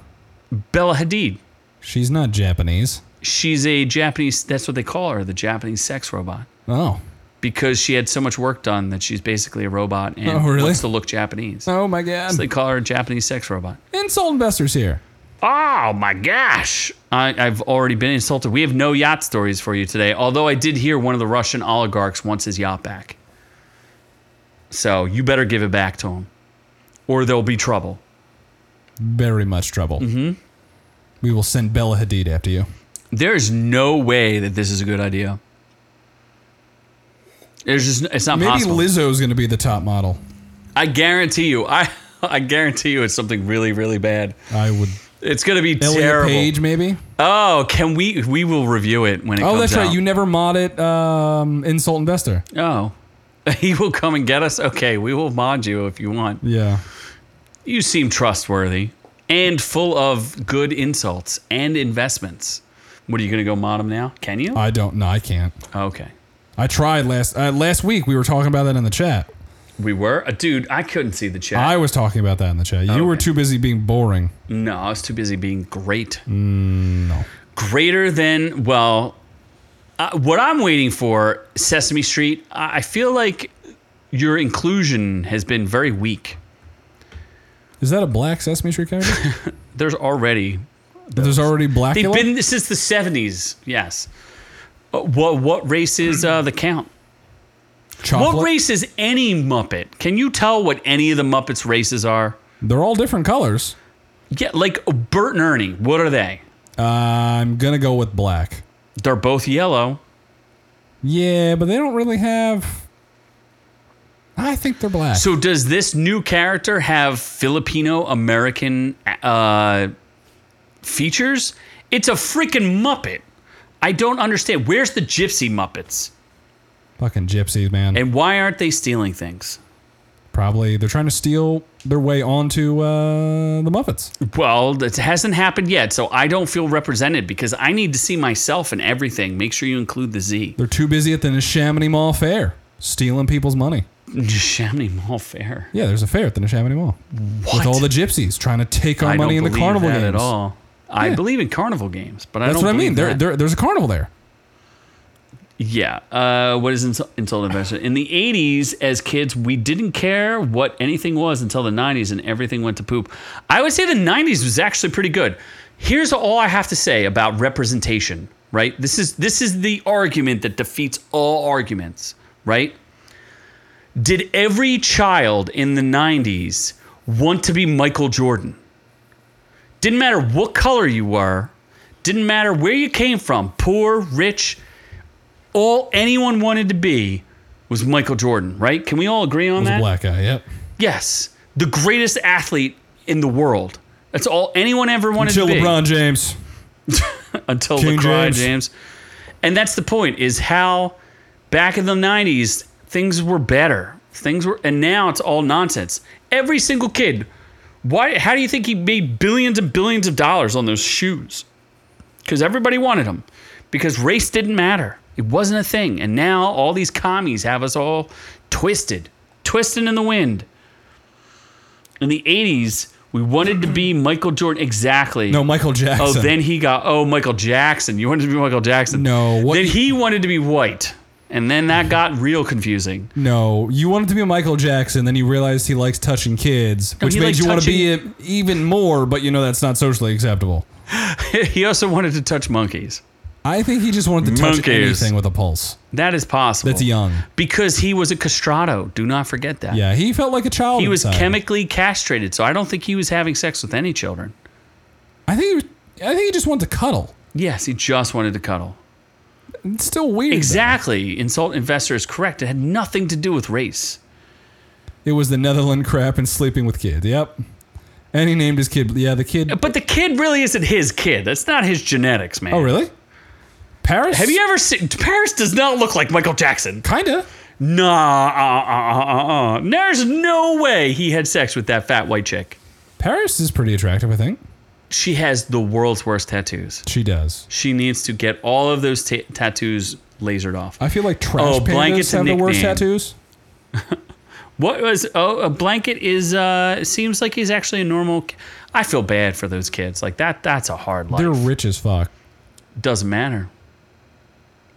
Bella Hadid.
She's not Japanese.
She's a Japanese. That's what they call her, the Japanese sex robot,
Oh.
because she had so much work done that she's basically a robot and
Oh, really?
wants to look Japanese.
Oh my God.
So they call her a Japanese sex robot.
Insult investors here.
Oh my gosh. I, I've already been insulted. We have no yacht stories for you today, although I did hear one of the Russian oligarchs wants his yacht back. So you better give it back to him, or there'll be trouble.
Very much trouble. Mm-hmm. We will send Bella Hadid after you.
There's no way that this is a good idea. There's just, it's not
Maybe
possible.
Lizzo's gonna be the top model.
I guarantee you, I, I guarantee you it's something really, really bad.
I would.
It's going to be
Elliot
terrible.
Page, maybe.
Oh, can we, we will review it when it
Oh,
comes
that's
out.
right. You never mod it. Um, insult investor.
Oh. He will come and get us? Okay, we will mod you if you want.
Yeah.
You seem trustworthy and full of good insults and investments. What are you going to go mod him now? Can you?
I don't. No, I can't.
okay.
I tried last uh, last week. We were talking about that in the chat.
We were? Uh, dude, I couldn't see the chat.
I was talking about that in the chat. You were
Oh, Okay.
too busy being boring.
no, I was too busy being great. no.
Mm,
Greater than, well, uh, what I'm waiting for, Sesame Street, I I feel like your inclusion has been very weak.
Is that a black Sesame Street character?
There's already
There's already black.
they've been since the 70s. Yes. Uh, What what race is uh, the count?
chocolate.
What race is any Muppet? Can you tell what any of the Muppets races are?
They're all different colors.
Yeah, like Bert and Ernie. What are they?
I'm gonna go with black.
They're both yellow.
Yeah, but they don't really have. I think they're black.
So does this new character have Filipino American uh, features? It's a freaking Muppet. I don't understand. Where's the Gypsy Muppets?
Fucking gypsies, man.
And why aren't they stealing things?
Probably they're trying to steal their way onto uh, the Muppets.
Well, it hasn't happened yet, so I don't feel represented because I need to see myself in everything. Make sure you include the Z.
They're too busy at the Neshaminy Mall Fair stealing people's money.
Chamonix Mall Fair.
Yeah, there's a fair at the Neshaminy Mall with all the gypsies trying to take our
I
money in
don't
the
believe
carnival
that
games.
at all. I
Yeah.
believe in carnival games, but I
That's
don't.
what I mean.
believe
There,
that.
there, there's a carnival there.
Yeah. Uh, what is insult, insult investment? In the 80s, as kids, we didn't care what anything was until the 90s and everything went to poop. I would say the 90s was actually pretty good. Here's all I have to say about representation, right? This is this is the argument that defeats all arguments, right? Did every child in the 90s want to be Michael Jordan? Didn't matter what color you were, didn't matter where you came from, poor, rich, all anyone wanted to be was Michael Jordan, right? Can we all agree on
There's
that?
a black guy. Yep.
Yes, the greatest athlete in the world. That's all anyone ever wanted
Until
to be
LeBron James.
until
King
LeCry James.
James.
And that's the point is how back in the 90s things were better. Things were and now it's all nonsense. Every single kid why how do you think he made billions and billions of dollars on those shoes? Cuz everybody wanted them. Because race didn't matter. It wasn't a thing. And now all these commies have us all twisted, twisting in the wind. In the 80s, we wanted to be Michael Jordan exactly.
No, Michael Jackson.
Oh, then he got oh Michael Jackson. You wanted to be Michael Jackson.
No, what-
Then he wanted to be white, and then that got real confusing.
No, you wanted to be Michael Jackson, then you realized he likes touching kids, which
he
made
liked
you want to be it even more, but you know that's not socially acceptable.
he also wanted to touch monkeys.
I think he just wanted to touch
Monkeys. Oh.
anything with a pulse.
That is possible.
That's young.
because he was a castrato. Do not forget that.
Yeah, he felt like a child.
He was
inside.
chemically castrated, so I don't think he was having sex with any children.
I think. He was, I think he just wanted to cuddle.
Yes, he just wanted to cuddle.
It's still weird. though.
Exactly. Insult investor is correct. It had nothing to do with race.
It was the Netherland crap and sleeping with kids. Yep. And he named his kid. Yeah, the kid.
But the kid really isn't his kid. That's not his genetics, man.
Oh, really? Paris.
Have you ever seen Paris does not look like Michael Jackson?
Kinda.
Nah, uh, uh, uh, uh, uh. There's no way he had sex with that fat white chick.
Paris is pretty attractive. I think
She has the world's worst tattoos.
she does.
She needs to get all of those ta tattoos lasered off.
I feel like trash
Oh, blanket's
pandas
a
have the worst
nickname.
tattoos.
What was? Oh, a blanket is. uh it Seems like he's actually a normal. ki- I feel bad for those kids. Like that. That's a hard life.
They're rich as fuck.
Doesn't matter.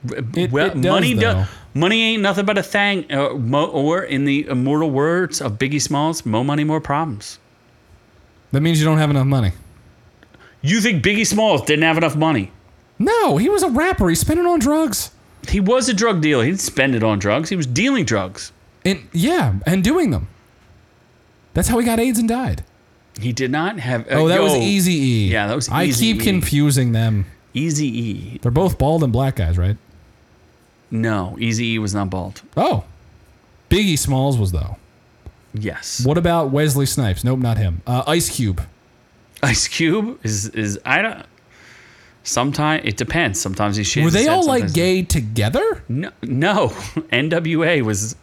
R-
It-
well,
it does,
money
though.
money ain't nothing but a thing. Uh, mo- or in the immortal words of Biggie Smalls, "More money, more problems."
That means you don't have enough money.
You think Biggie Smalls didn't have enough money?
No, he was a rapper. He spent it on drugs.
He was a drug dealer. He didn't spend it on drugs. He was dealing drugs.
And yeah, and doing them. That's how he got AIDS and died.
He did not have. uh,
Oh, that was
yo,
Easy E.
Yeah, that was
I keep
Eazy-E.
confusing them.
Easy E.
They're both bald and black guys, right?
No, Easy E was not bald.
Oh, Biggie Smalls was though.
Yes.
What about Wesley Snipes? Nope, not him. Uh, Ice Cube.
Ice Cube is is I don't. Sometimes it depends. Sometimes he shaves.
Were they
his head,
all like
sometimes-
gay together?
No, no. NWA was.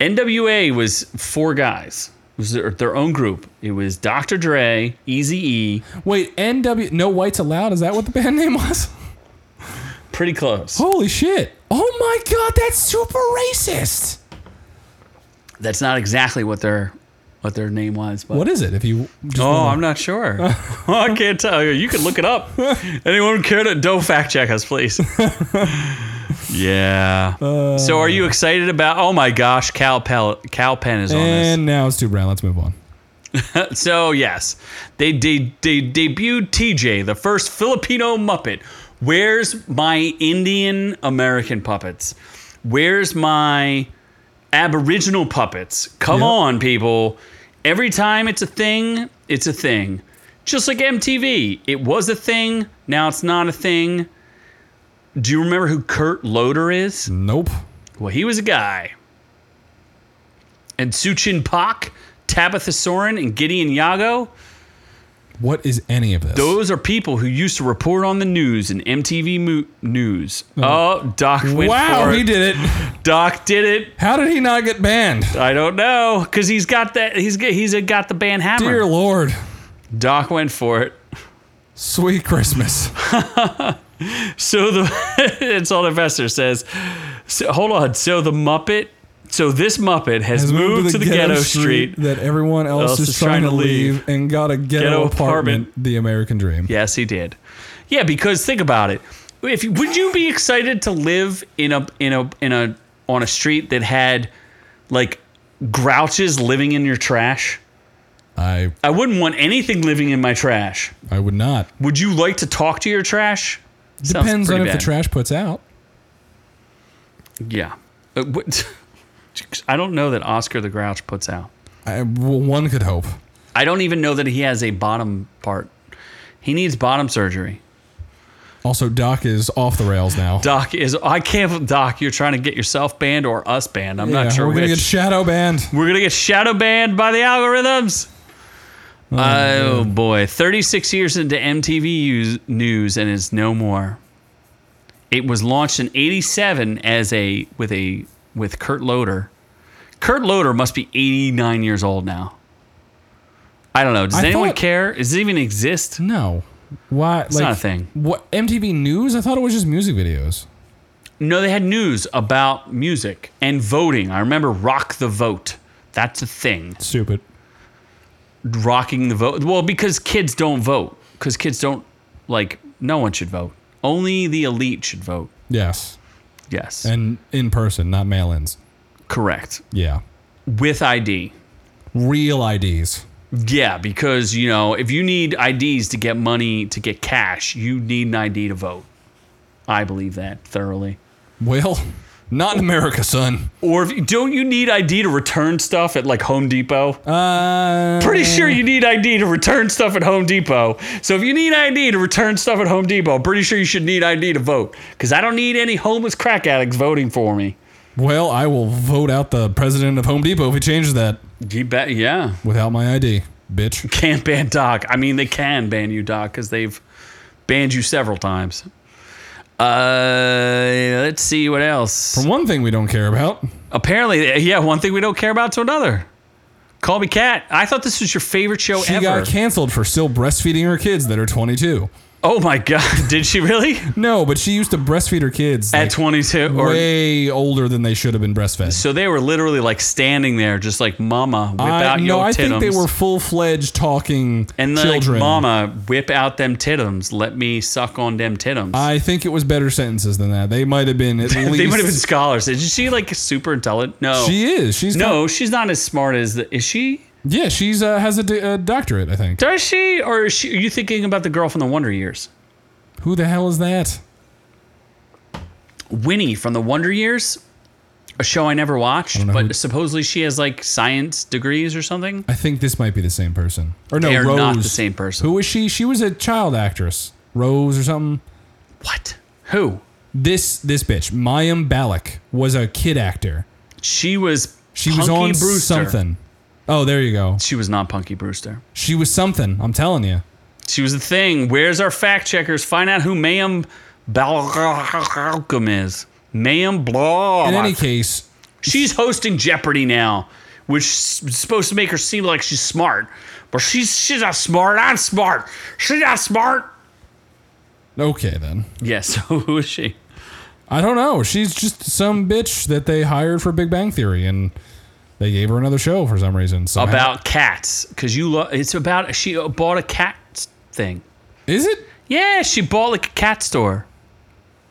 NWA was four guys. It was their, their own group. It was Dr. Dre, Easy E.
Wait, N.W. No Whites Allowed. Is that what the band name was?
Pretty close.
Holy shit! Oh my god, that's super racist.
That's not exactly what their what their name was, but
What is it? If you just
Oh,
wanna-
I'm not sure. Oh, I can't tell you. You can look it up. Anyone care to don't fact check us, please? yeah. so, are
Uh,
you excited about? Oh my gosh, Cal Pen, Cal Penn is on this.
and now it's too brown. Let's move on.
so yes, they de- de- debuted TJ, the first Filipino Muppet. Where's my Indian American puppets? Where's my Aboriginal puppets? Come
Yep.
on, people! Every time it's a thing, it's a thing. Just like MTV, it was a thing. Now it's not a thing. Do you remember who Kurt Loder is?
Nope.
Well, he was a guy. And Suchin Pak, Tabitha Soren, and Gideon Yago,
What is any of this?
those are people who used to report on the news and MTV mo- News. Oh, Doc went
wow,
for
he
it.
did it.
Doc did it.
How did he not get banned?
I don't know, cause he's got that. He's got, he's got the band hammer.
Dear Lord.
Doc went for it.
Sweet Christmas.
So the it's all investor says, so, hold on. So the Muppet, so this Muppet has,
Has
moved, to the, ghetto, street.
that everyone else, is, trying, to leave, and got a ghetto,
Ghetto
apartment,
apartment.
The American Dream.
Yes, he did. Yeah, because think about it. If you- would you be excited to live in a in a in a on a street that had like grouches living in your trash?
I
I wouldn't want anything living in my trash.
I would not.
Would you like to talk to your trash? Sounds
Depends on
pretty
if the
bad.
trash puts out.
Yeah. Uh, what- I don't know that Oscar the Grouch puts out.
I, well, one could hope.
I don't even know that he has a bottom part. He needs bottom surgery.
Also, Doc is off the rails now.
Doc is I can't Doc, you're trying to get yourself banned or us banned. I'm
Yeah,
not sure
We're gonna
which.
get shadow banned.
We're gonna get shadow banned by the algorithms. Oh, boy, 36 years into MTV use- news and it's no more. It was launched in 87 as a with a with Kurt Loder. Kurt Loder must be 89 years old now. I don't know. Does
I
anyone
thought-
care? Does it even exist?
No. Why? It's like,
not a thing.
What MTV News? I thought it was just music videos.
No, they had news about music and voting. I remember Rock the Vote. That's a thing.
Stupid.
rocking the vote. Well, because kids don't vote. Because kids don't like. No one should vote. Only the elite should vote.
Yes.
Yes,
And in person, not mail-ins.
correct.
Yeah.
With ID.
Real IDs.
Yeah, because you know if you need IDs to get money to get cash, you need an ID to vote. I believe that thoroughly.
Well, not in America, son.
Or if, don't you need ID to return stuff at like Home Depot?
Uh,
Pretty sure you need ID to return stuff at Home Depot. So if you need ID to return stuff at Home Depot, I'm pretty sure you should need ID to vote. Because I don't need any homeless crack addicts voting for me.
Well, I will vote out the president of Home Depot if he changes that
You bet, yeah.
without my ID, bitch.
Can't ban Doc. I mean, they can ban you, Doc, because they've banned you several times. Uh, let's see what else.
One thing we don't care about.
Apparently, yeah, one thing we don't care about to another. Call me Cat. I thought this was your favorite show
She
ever.
got canceled for still breastfeeding her kids that are 22.
oh my God, did she really?
No, but she used to breastfeed her kids
At
like,
22 or
way older than they should have been breastfed.
So they were literally like standing there, just like Mama, whip
I,
out
no,
your
I
titums,
think they were full fledged talking
and then
children.
like Mama, whip out them titums. Let me suck on them titums.
I think it was better sentences than that. They might have been at least.
they might have been scholars. Is she like super intelligent? No,
She is. She's got-
no, she's not as smart as the, is she?
yeah. She's uh, has a, d- a doctorate, I think.
Does she? Or is she, are you thinking about the girl from the Wonder Years,
Who the hell is that?
Winnie from the Wonder Years? A show I never watched,
know
but
who-
supposedly she has like science degrees or something.
I think this might be the same person. Or no,
They are
Rose.
not the same person.
Who was she? She was a child actress, Rose or something.
What? Who?
This this bitch, Mayim Balak, was a kid actor.
She was.
She was
Punky
on
Brewster.
something. Oh, there you go.
She was not Punky Brewster.
She was something. I'm telling you.
She was the thing. Where's our fact checkers? Find out who Mayim Balcom is. Mayim
In any
Blah.
case,
She's hosting Jeopardy now, which is supposed to make her seem like she's smart, but she's she's not smart. I'm smart. She's not smart.
okay then.
Yes. so who is she?
I don't know. She's just some bitch that they hired for Big Bang Theory, and they gave her another show for some reason. somehow.
About cats, because you love. It's about she uh, bought a cat thing.
is it?
Yeah, she bought like a cat store.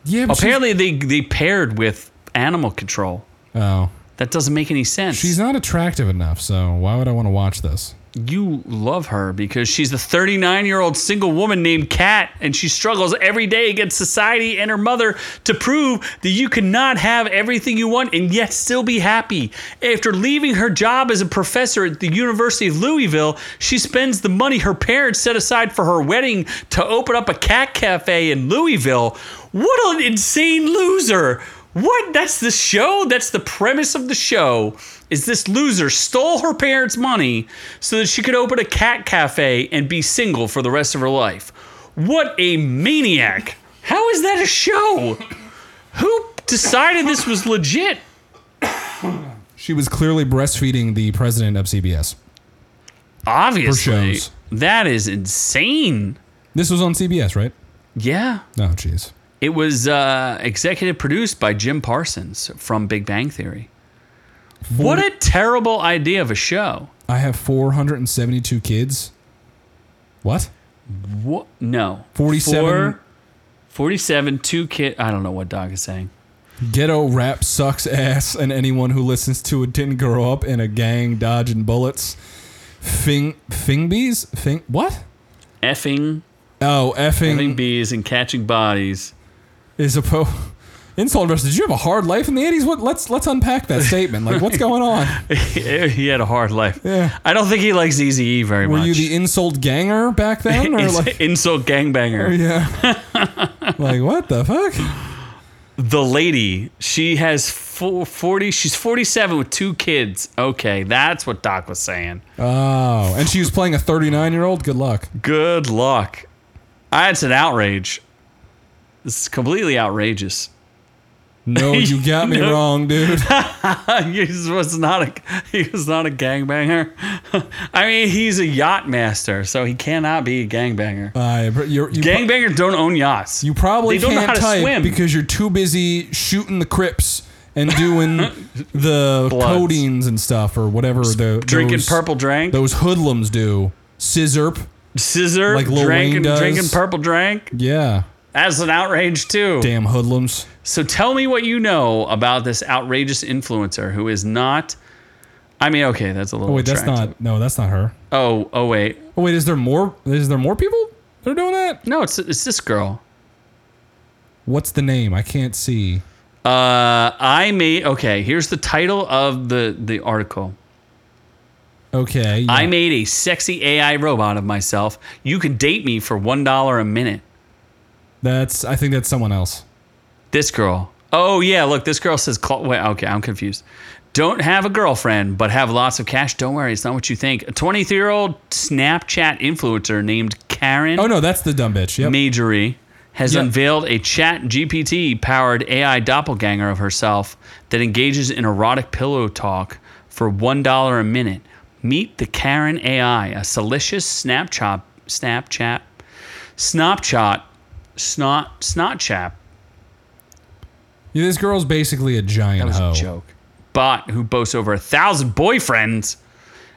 Yeah. But she's-
Apparently, they they paired with animal control.
oh,
That doesn't make any sense.
She's not attractive enough, so why would I want to watch this?
you love her because she's the 39 year old single woman named Kat, and she struggles every day against society and her mother to prove that you cannot have everything you want and yet still be happy. After leaving her job as a professor at the University of Louisville, she spends the money her parents set aside for her wedding to open up a cat cafe in Louisville. What an insane loser! What? That's the show? That's the premise of the show. Is this loser stole her parents' money so that she could open a cat cafe and be single for the rest of her life? What a maniac! How is that a show? Who decided this was legit?
She was clearly breastfeeding the president of CBS.
Obviously.
shows.
That is insane.
This was on CBS, right?
Yeah.
Oh, jeez.
It was uh, executive produced by Jim Parsons from Big Bang Theory. What a terrible idea of a show.
I have 472 kids. What?
What? No.
47
Four- 47, two kid. I don't know what Dog is saying.
Ghetto rap sucks ass, and anyone who listens to it didn't grow up in a gang dodging bullets. Fing Fingbees? Fing what?
Effing,
Oh,
effing
effing
bees and catching bodies.
is a po insult versus. Did you have a hard life in the eighties? What? Let's let's unpack that statement. Like, what's going on?
he had a hard life.
Yeah.
I don't think he likes Eazy-E very
Were
much.
you the insult ganger back then, or
He's
like,
an insult gangbanger?
yeah? like what the fuck?
The lady, she has four, 40, she's 47 with two kids. Okay, that's what Doc was saying.
Oh, and she was playing a thirty-nine-year-old. Good luck.
Good luck. That's an outrage. This is completely outrageous.
No, you got me wrong, dude.
he was not a he was not a gangbanger. I mean, he's a yacht master, so he cannot be a gangbanger.
I, you're, Uh, you, pro-
Gangbangers don't own yachts.
you probably
They don't know
can't
how to
type
swim.
because you're too busy shooting the crips and doing the
Bloods.
codeines and stuff or whatever the
drinking
those,
purple drink,
those hoodlums do. Scissorp.
scissor,
like Lil
drinking,
Wayne does.
drinking purple drink.
Yeah.
That's an outrage too.
Damn hoodlums.
So tell me what you know about this outrageous influencer who is not. I mean, okay, that's a little.
Oh, wait, that's
attractive.
not. No, that's not her.
Oh, oh wait,
Oh, wait, is there more? Is there more people that are doing that?
no, it's it's this girl.
What's the name? I can't see.
Uh, I made okay. Here's the title of the the article.
Okay. yeah.
I made a sexy AI robot of myself. You can date me for one dollar a minute.
that's. I think that's someone else.
This girl. Oh yeah, look, this girl says. Cla- Wait, okay, I'm confused. Don't have a girlfriend, but have lots of cash. Don't worry, it's not what you think. A 23 year old Snapchat influencer named Karen
Oh no, that's the dumb bitch. Yep.
Majory has
Yeah.
unveiled a chat GPT powered AI doppelganger of herself that engages in erotic pillow talk for $1 a minute. Meet the Karen AI, a salacious Snapchat, Snapchat, Snapchat, Snot, Snot Chap.
Yeah, this girl's basically a giant
That was
hoe.
a joke. Bot who boasts over a thousand boyfriends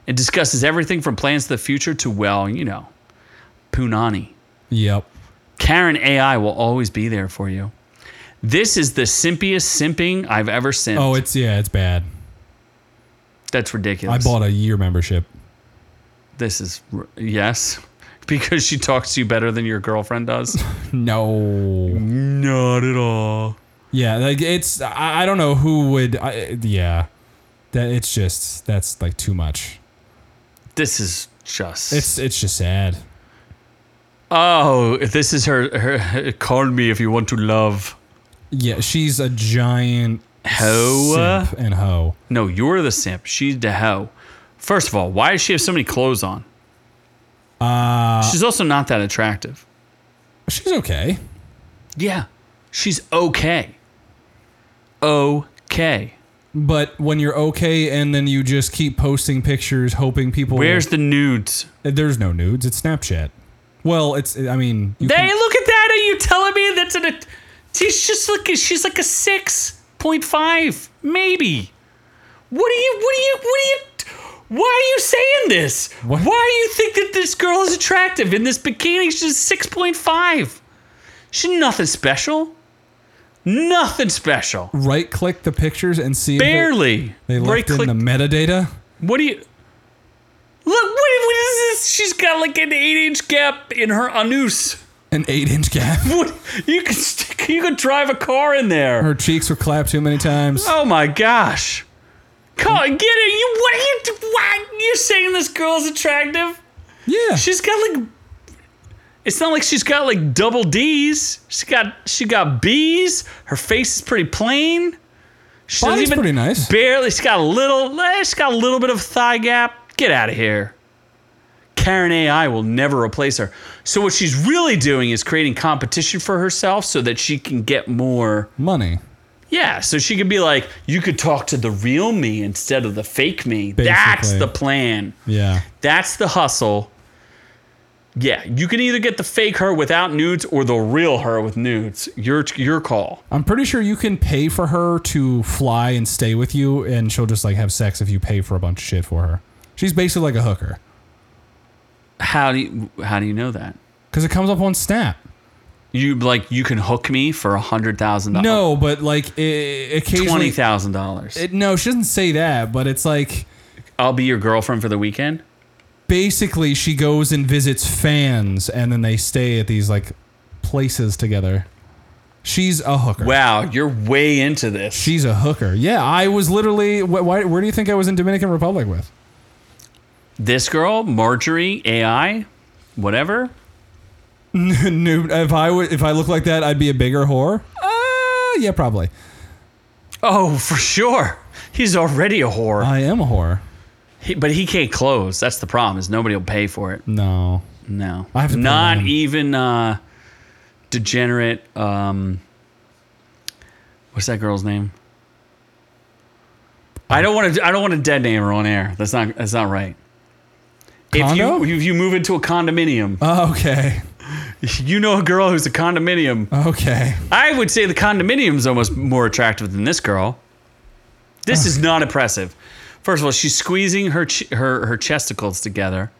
and discusses everything from plans to the future to, well, you know, Punani.
Yep.
Karen AI will always be there for you. This is the simpiest simping I've ever simped.
Oh, it's yeah, it's bad.
That's
I
ridiculous.
bought a year membership.
this is r- yes, because she talks to you better than your girlfriend does.
No.
Not at all.
Yeah, like it's. I, I don't know who would. I, yeah, that it's just that's like too much.
This is just.
It's it's just sad.
oh, this is her, her. Call me if you want to love.
Yeah, she's a giant
Hoe?
simp and hoe.
No, you're the simp. She's the hoe. First of all, why does she have so many clothes on? Uh, She's also not that attractive.
She's okay.
Yeah. She's okay. Okay.
But when you're okay and then you just keep posting pictures hoping people Uh,
Where's the nudes?
There's no nudes, it's Snapchat. Well, it's I mean, you
Hey,
can-
look at that. Are you telling me that's an a she's just like a- she's like a 6.5 maybe. What are you what are you what are you why are you saying this?
What?
Why do you think that this girl is attractive in this bikini? She's 6.5. She's nothing special. Nothing special.
Right click the pictures and see if they-
Barely.
they left
Right click.
in the metadata.
What do you? Look. What, what is this? She's got like an eight-inch gap in her anus.
An eight inch gap.
What? You could stick, you could drive a car in there.
Her cheeks were clapped too many times.
Oh my gosh. Come on, get it. You what are you do- why you're saying this girl's attractive?
Yeah.
She's got like It's not like she's got like double D's. She got she got B's. Her face is pretty plain. She doesn't
Body's
even
pretty nice.
barely she's got a little eh, she's got a little bit of thigh gap. Get out of here. Karen AI will never replace her. So what she's really doing is creating competition for herself so that she can get more
Money.
yeah, so she could be like, you could talk to the real me instead of the fake me. That's
Basically.
the plan.
Yeah.
That's the hustle. Yeah, you can either get the fake her without nudes or the real her with nudes. Your your call.
I'm pretty sure you can pay for her to fly and stay with you, and she'll just like have sex if you pay for a bunch of shit for her. She's basically like a hooker
How do you, how do you know that?
because it comes up on Snap.
You like you can hook me for a hundred thousand dollars.
No, but like i occasionally.
twenty thousand dollars.
It- no, she doesn't say that, but it's like
I'll be your girlfriend for the weekend.
basically she goes and visits fans, and then they stay at these like places together. She's a hooker.
Wow, you're way into this.
She's a hooker. Yeah, I was literally. Wh- why, where do you think I was in Dominican Republic with?
this girl, Marjorie AI, whatever.
Noob, if I would, if I look like that, I'd be a bigger whore. Uh, yeah, probably.
Oh, for sure. He's already a whore.
I am a whore.
He, but he can't close. That's the problem. Is nobody will pay for it.
No,
No,
I have to pay
not
him.
even uh, degenerate. Um, what's that girl's name? I don't want to. I don't want to dead name her on air. That's not. That's not right. If
Condo?
you if you move into a condominium,
Okay,
you know a girl who's a condominium.
okay.
I would say the condominium's almost more attractive than this girl. This is not impressive. First of all, she's squeezing her ch- her her chesticles together.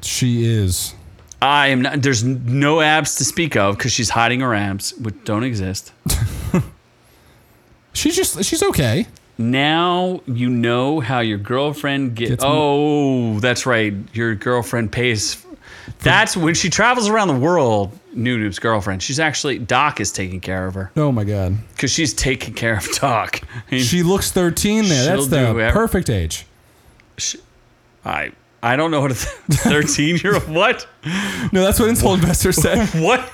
She is.
I am not. There's no abs to speak of because she's hiding her abs, which don't exist.
She's just. She's okay.
Now you know how your girlfriend get,
Gets
Oh, that's right. Your girlfriend pays. f- That's when she travels around the world. New Noob's girlfriend. She's actually Doc is taking care of her
Oh my god.
because she's taking care of Doc.
She looks thirteen. There.
She'll
That's the
do ev-
perfect age.
I I don't know what a thirteen year old what
No, that's what Insult Investor said. she
what.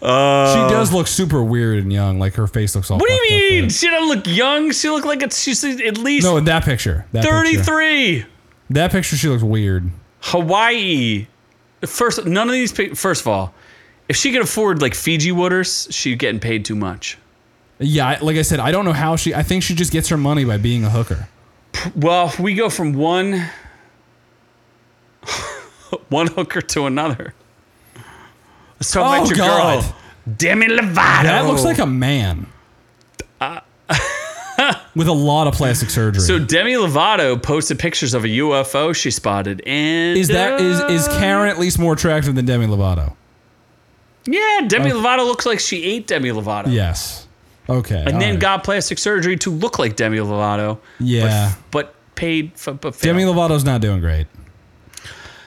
does look super weird and young. Like her face looks all.
Uh, What do you
fucked up
mean?
there.
She doesn't look young. She look like a, she's at least
No, in that picture. That
thirty
Picture,
three.
that picture, she looks weird.
Hawaii. First, none of these. pic- First of all, if she could afford like Fiji waters, she's getting paid too much.
Yeah, I- like I said, I don't know how she. I think she just gets her money by being a hooker.
Well, we go from one one hooker to another. Let's talk
Oh,
about your
God.
girl, Demi Lovato. That
That looks like a man. With a lot of plastic surgery.
So Demi Lovato posted pictures of a UFO she spotted, and uh,
is that is is Karen at least more attractive than Demi Lovato?
yeah,
uh,
Demi Lovato looks like she ate Demi Lovato,
Yes. Okay.
and then
alright.
got plastic surgery to look like Demi Lovato,
yeah.
but paid for. But failed.
Demi Lovato's not doing great.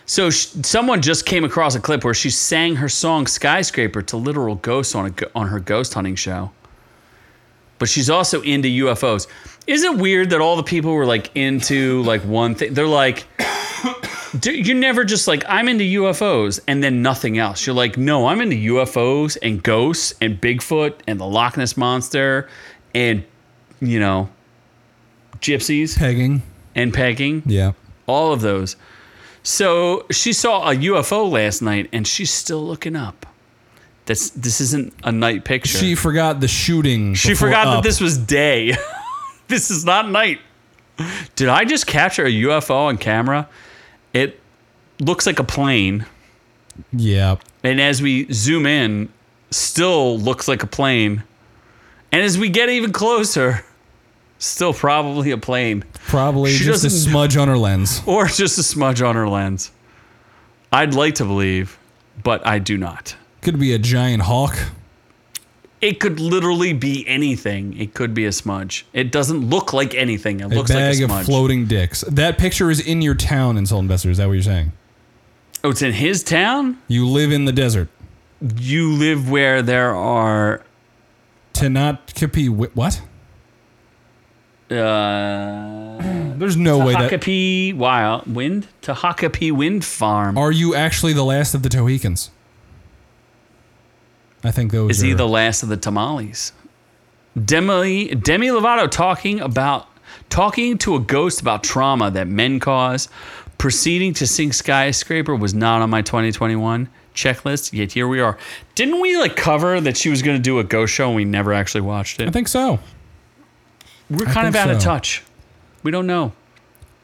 So sh- someone just came across a clip where she sang her song "Skyscraper" to literal ghosts on a go- on her ghost hunting show. But she's also into UFOs. Is it weird that all the people were like into like one thing? They're like, "Do- you're never just like I'm into UFOs and then nothing else. You're like, no, I'm into UFOs and ghosts and Bigfoot and the Loch Ness monster and you know, gypsies
Pegging.
and pegging
Yeah.
all of those. So she saw a UFO last night, and she's still looking up. That's this isn't a night picture.
She forgot the shooting.
She forgot that this was day. this is not night. Did I just capture a UFO on camera? It looks like a plane,
Yeah.
and as we zoom in, still looks like a plane. And as we get even closer, still probably a plane.
Probably
She
just a
doesn't-
smudge on her lens.
or it's just a smudge on her lens. I'd like to believe, but I do not.
Could be a giant hawk.
It could literally be anything. It could be a smudge. It doesn't look like anything. It
A
looks like a
bag
smudge.
of floating dicks. That picture is in your town in Investor. Is that what you're saying?
oh, it's in his town.
You live in the desert.
You live where there are.
Tenacipi. wi- What?
Uh,
There's no way that.
Hakapi Wild Wind, Tahakapi Wind Farm.
Are you actually the last of the Tohicans? I think those
Is
are.
he the last of the tamales? Demi Demi Lovato talking about talking to a ghost about trauma that men cause. Proceeding to sink skyscraper was not on my 2021 checklist. Yet here we are. Didn't we like cover that she was going to do a ghost show and we never actually watched
I
it?
think so.
We're kind of
think
out of
so.
touch. We don't know.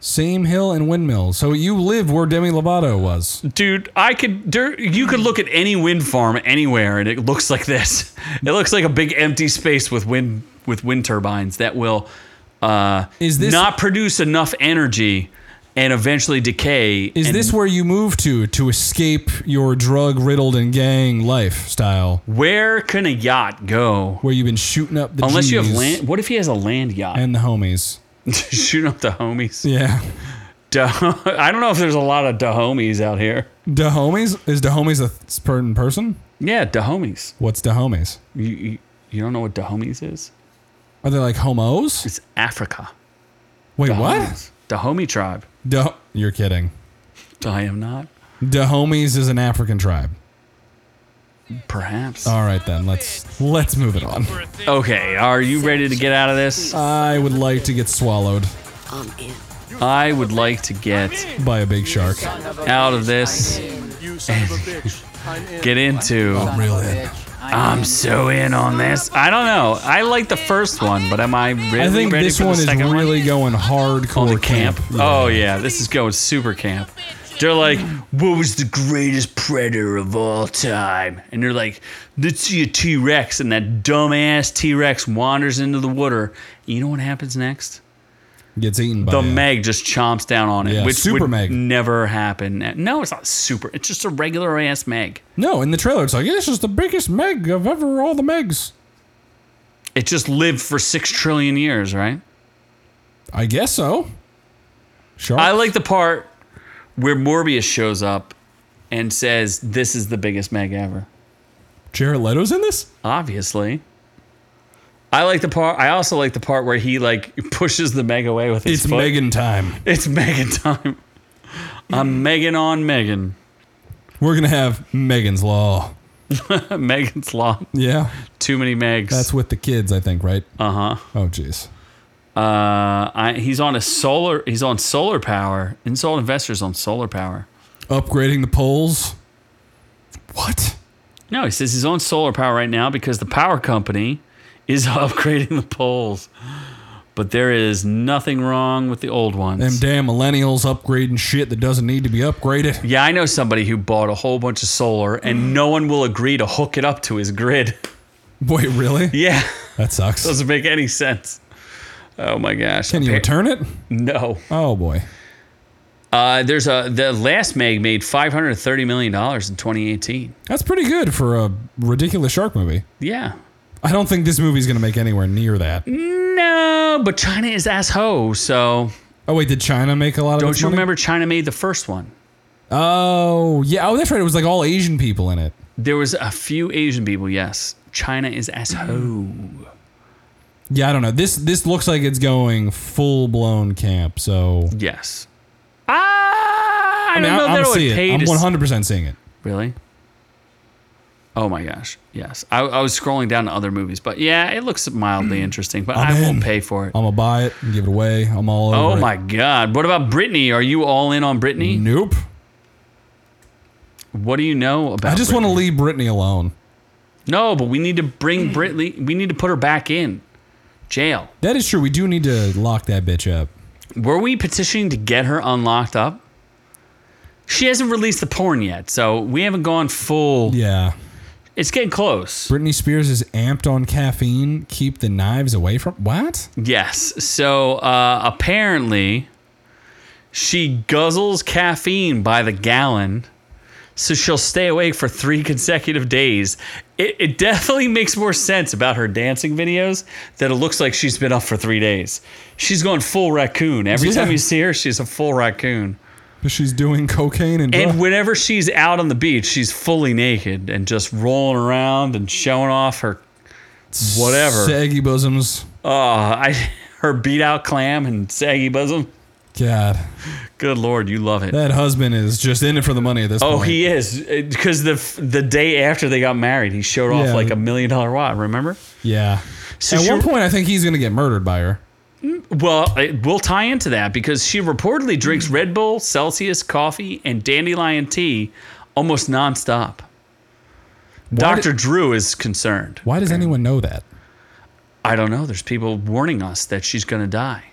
Same hill and windmill. So you live where Demi Lovato was.
Dude, I could there, you could look at any wind farm anywhere and it looks like this. It looks like a big empty space with wind with wind turbines that will uh,
Is this-
not produce enough energy and eventually decay.
Is
and
this where you move to to escape your drug riddled and gang lifestyle
where can a yacht go?
where you've been shooting up the
Unless you have
Gs
land what if he has a land yacht?
and the homies?
Shoot up the homies.
Yeah.
Duh- I don't know if there's a lot of Dahomies out here.
The homies? Is the homies a th- certain person?
Yeah, Dahomies.
What's the homies?
You, you you don't know what Dahomies is?
Are they like homos?
It's Africa.
Wait, what?
Dahomies. Dahomey tribe.
Da- You're kidding.
I am not.
Dahomies is an African tribe.
Perhaps.
All right then, let's let's move it on.
okay, are you ready to get out of this?
Uh,
I would like to get swallowed
I'm in.
I would like to get
by a big shark.
out of this,
You son of a bitch. I'm in.
get into.
Really?
I'm so in on this. I don't know. I like the first one, but am I really
I think
ready
this
for
one
the
is
second one?
really going hardcore
on the camp?
Yeah.
Oh yeah, this is going super camp. They're like, what was the greatest predator of all time? And they're like, let's see a T Rex. And that dumbass T Rex wanders into the water. You know what happens next?
Gets eaten by
the
a-
Meg just chomps down on it,
Oh, Yeah,
which
super
would
Meg.
never happen. No, it's not super. It's just a regular ass Meg.
No, in the trailer it's like this is the biggest Meg of ever all the Megs.
It just lived for six trillion years, right?
I guess so. Shark.
I like the part where Morbius shows up and says, "This is the biggest Meg ever."
Jared Leto's in this?
Obviously. I like the part. I also like the part where he like pushes the Meg away with his
It's
foot.
Megan time.
It's Megan time. I'm Megan on Megan.
We're gonna have Megan's Law.
Megan's Law.
Yeah.
Too many Megs.
That's with the kids, I think, right?
uh huh.
Oh jeez.
Uh, I, he's on a solar. He's on solar power. Insult investors on solar power.
Upgrading the poles. What?
No, he says he's on solar power right now because the power company is upgrading the poles. But there is nothing wrong with the old ones.
Them damn millennials upgrading shit that doesn't need to be upgraded.
yeah, I know somebody who bought a whole bunch of solar, and no one will agree to hook it up to his grid.
Wait, really?
Yeah,
That sucks.
doesn't make any sense. Oh my gosh!
Can you return it?
No.
Oh boy.
Uh, there's a the last Meg made 530 million dollars in 2018.
That's pretty good for a ridiculous shark movie.
Yeah.
I don't think this movie's gonna make anywhere near that.
No, but China is asshole. So
Oh wait, did China make a lot of?
don't
this
you
money?
remember China made the first one?
Oh yeah. Oh, that's right. It was like all Asian people in it.
There was a few Asian people. Yes, China is asshole.
Yeah, I don't know. This this looks like it's going full blown camp. So
Yes. Ah, I,
I
don't know
am
that it
see
would pay
it. I'm
to s-
100 percent seeing it.
really. Oh my gosh! Yes, I, I was scrolling down to other movies, but yeah, it looks mildly interesting. But
I'm
I won't
in.
pay for it.
I'm gonna buy it and give it away. I'm all over.
Oh
it.
my god! What about Britney? Are you all in on Britney?
Nope.
What do you know about?
I just want to
Britney?
leave Britney alone.
No, but we need to bring Britney. We need to put her back in jail.
That is true. We do need to lock that bitch up.
Were we petitioning to get her unlocked up? She hasn't released the porn yet, so we haven't gone full.
Yeah.
It's getting close.
Britney Spears is amped on caffeine. Keep the knives away from what?
Yes. So uh, apparently, she guzzles caffeine by the gallon, so she'll stay awake for three consecutive days It, it definitely makes more sense about her dancing videos that it looks like she's been up for three days. She's going full raccoon. Every
Yeah.
time you see her, she's a full raccoon.
But she's doing cocaine and,
And
drugs.
whenever she's out on the beach, she's fully naked and just rolling around and showing off her whatever.
saggy bosoms.
Oh, I her beat out clam and saggy bosom.
God,
Good lord, you love it.
that husband is just in it for the money at this
Oh,
point.
he is because the f- the day after they got married, he showed off
Yeah.
like a million dollar watch. Remember?
yeah.
So
at
she-
one point, I think he's gonna get murdered by her.
Well, it, we'll tie into that because she reportedly drinks Red Bull, Celsius, coffee, and dandelion tea almost nonstop. Doctor Drew is concerned.
Why does anyone know that?
I don't know. There's people warning us that she's going to die.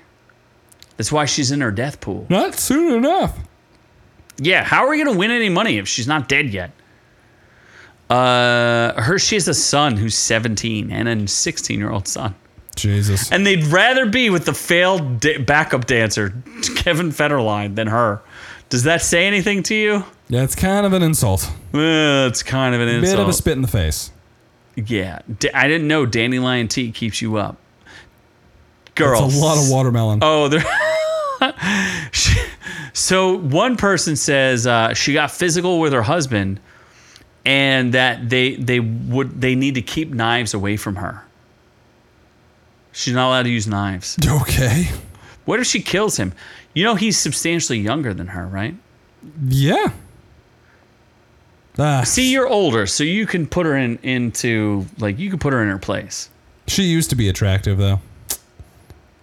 That's why she's in her death pool.
Not soon enough.
Yeah, how are we going to win any money if she's not dead yet? Uh, her she has a son who's 17 and a 16 year old son,
Jesus.
and they'd rather be with the failed da- backup dancer Kevin Federline than her. Does that say anything to you?
Yeah, it's kind of an insult.
Uh, it's kind of an
Bit
insult.
of a spit in the face.
yeah, D- I didn't know dandelion tea keeps you up, girl.
It's a lot of watermelon.
Oh, there. She- so one person says uh, she got physical with her husband, and that they they would they need to keep knives away from her. She's not allowed to use knives.
Okay.
What if she kills him? You know he's substantially younger than her, right?
Yeah. Ah,
See, you're older, so you can put her in into like you can put her in her place.
she used to be attractive though.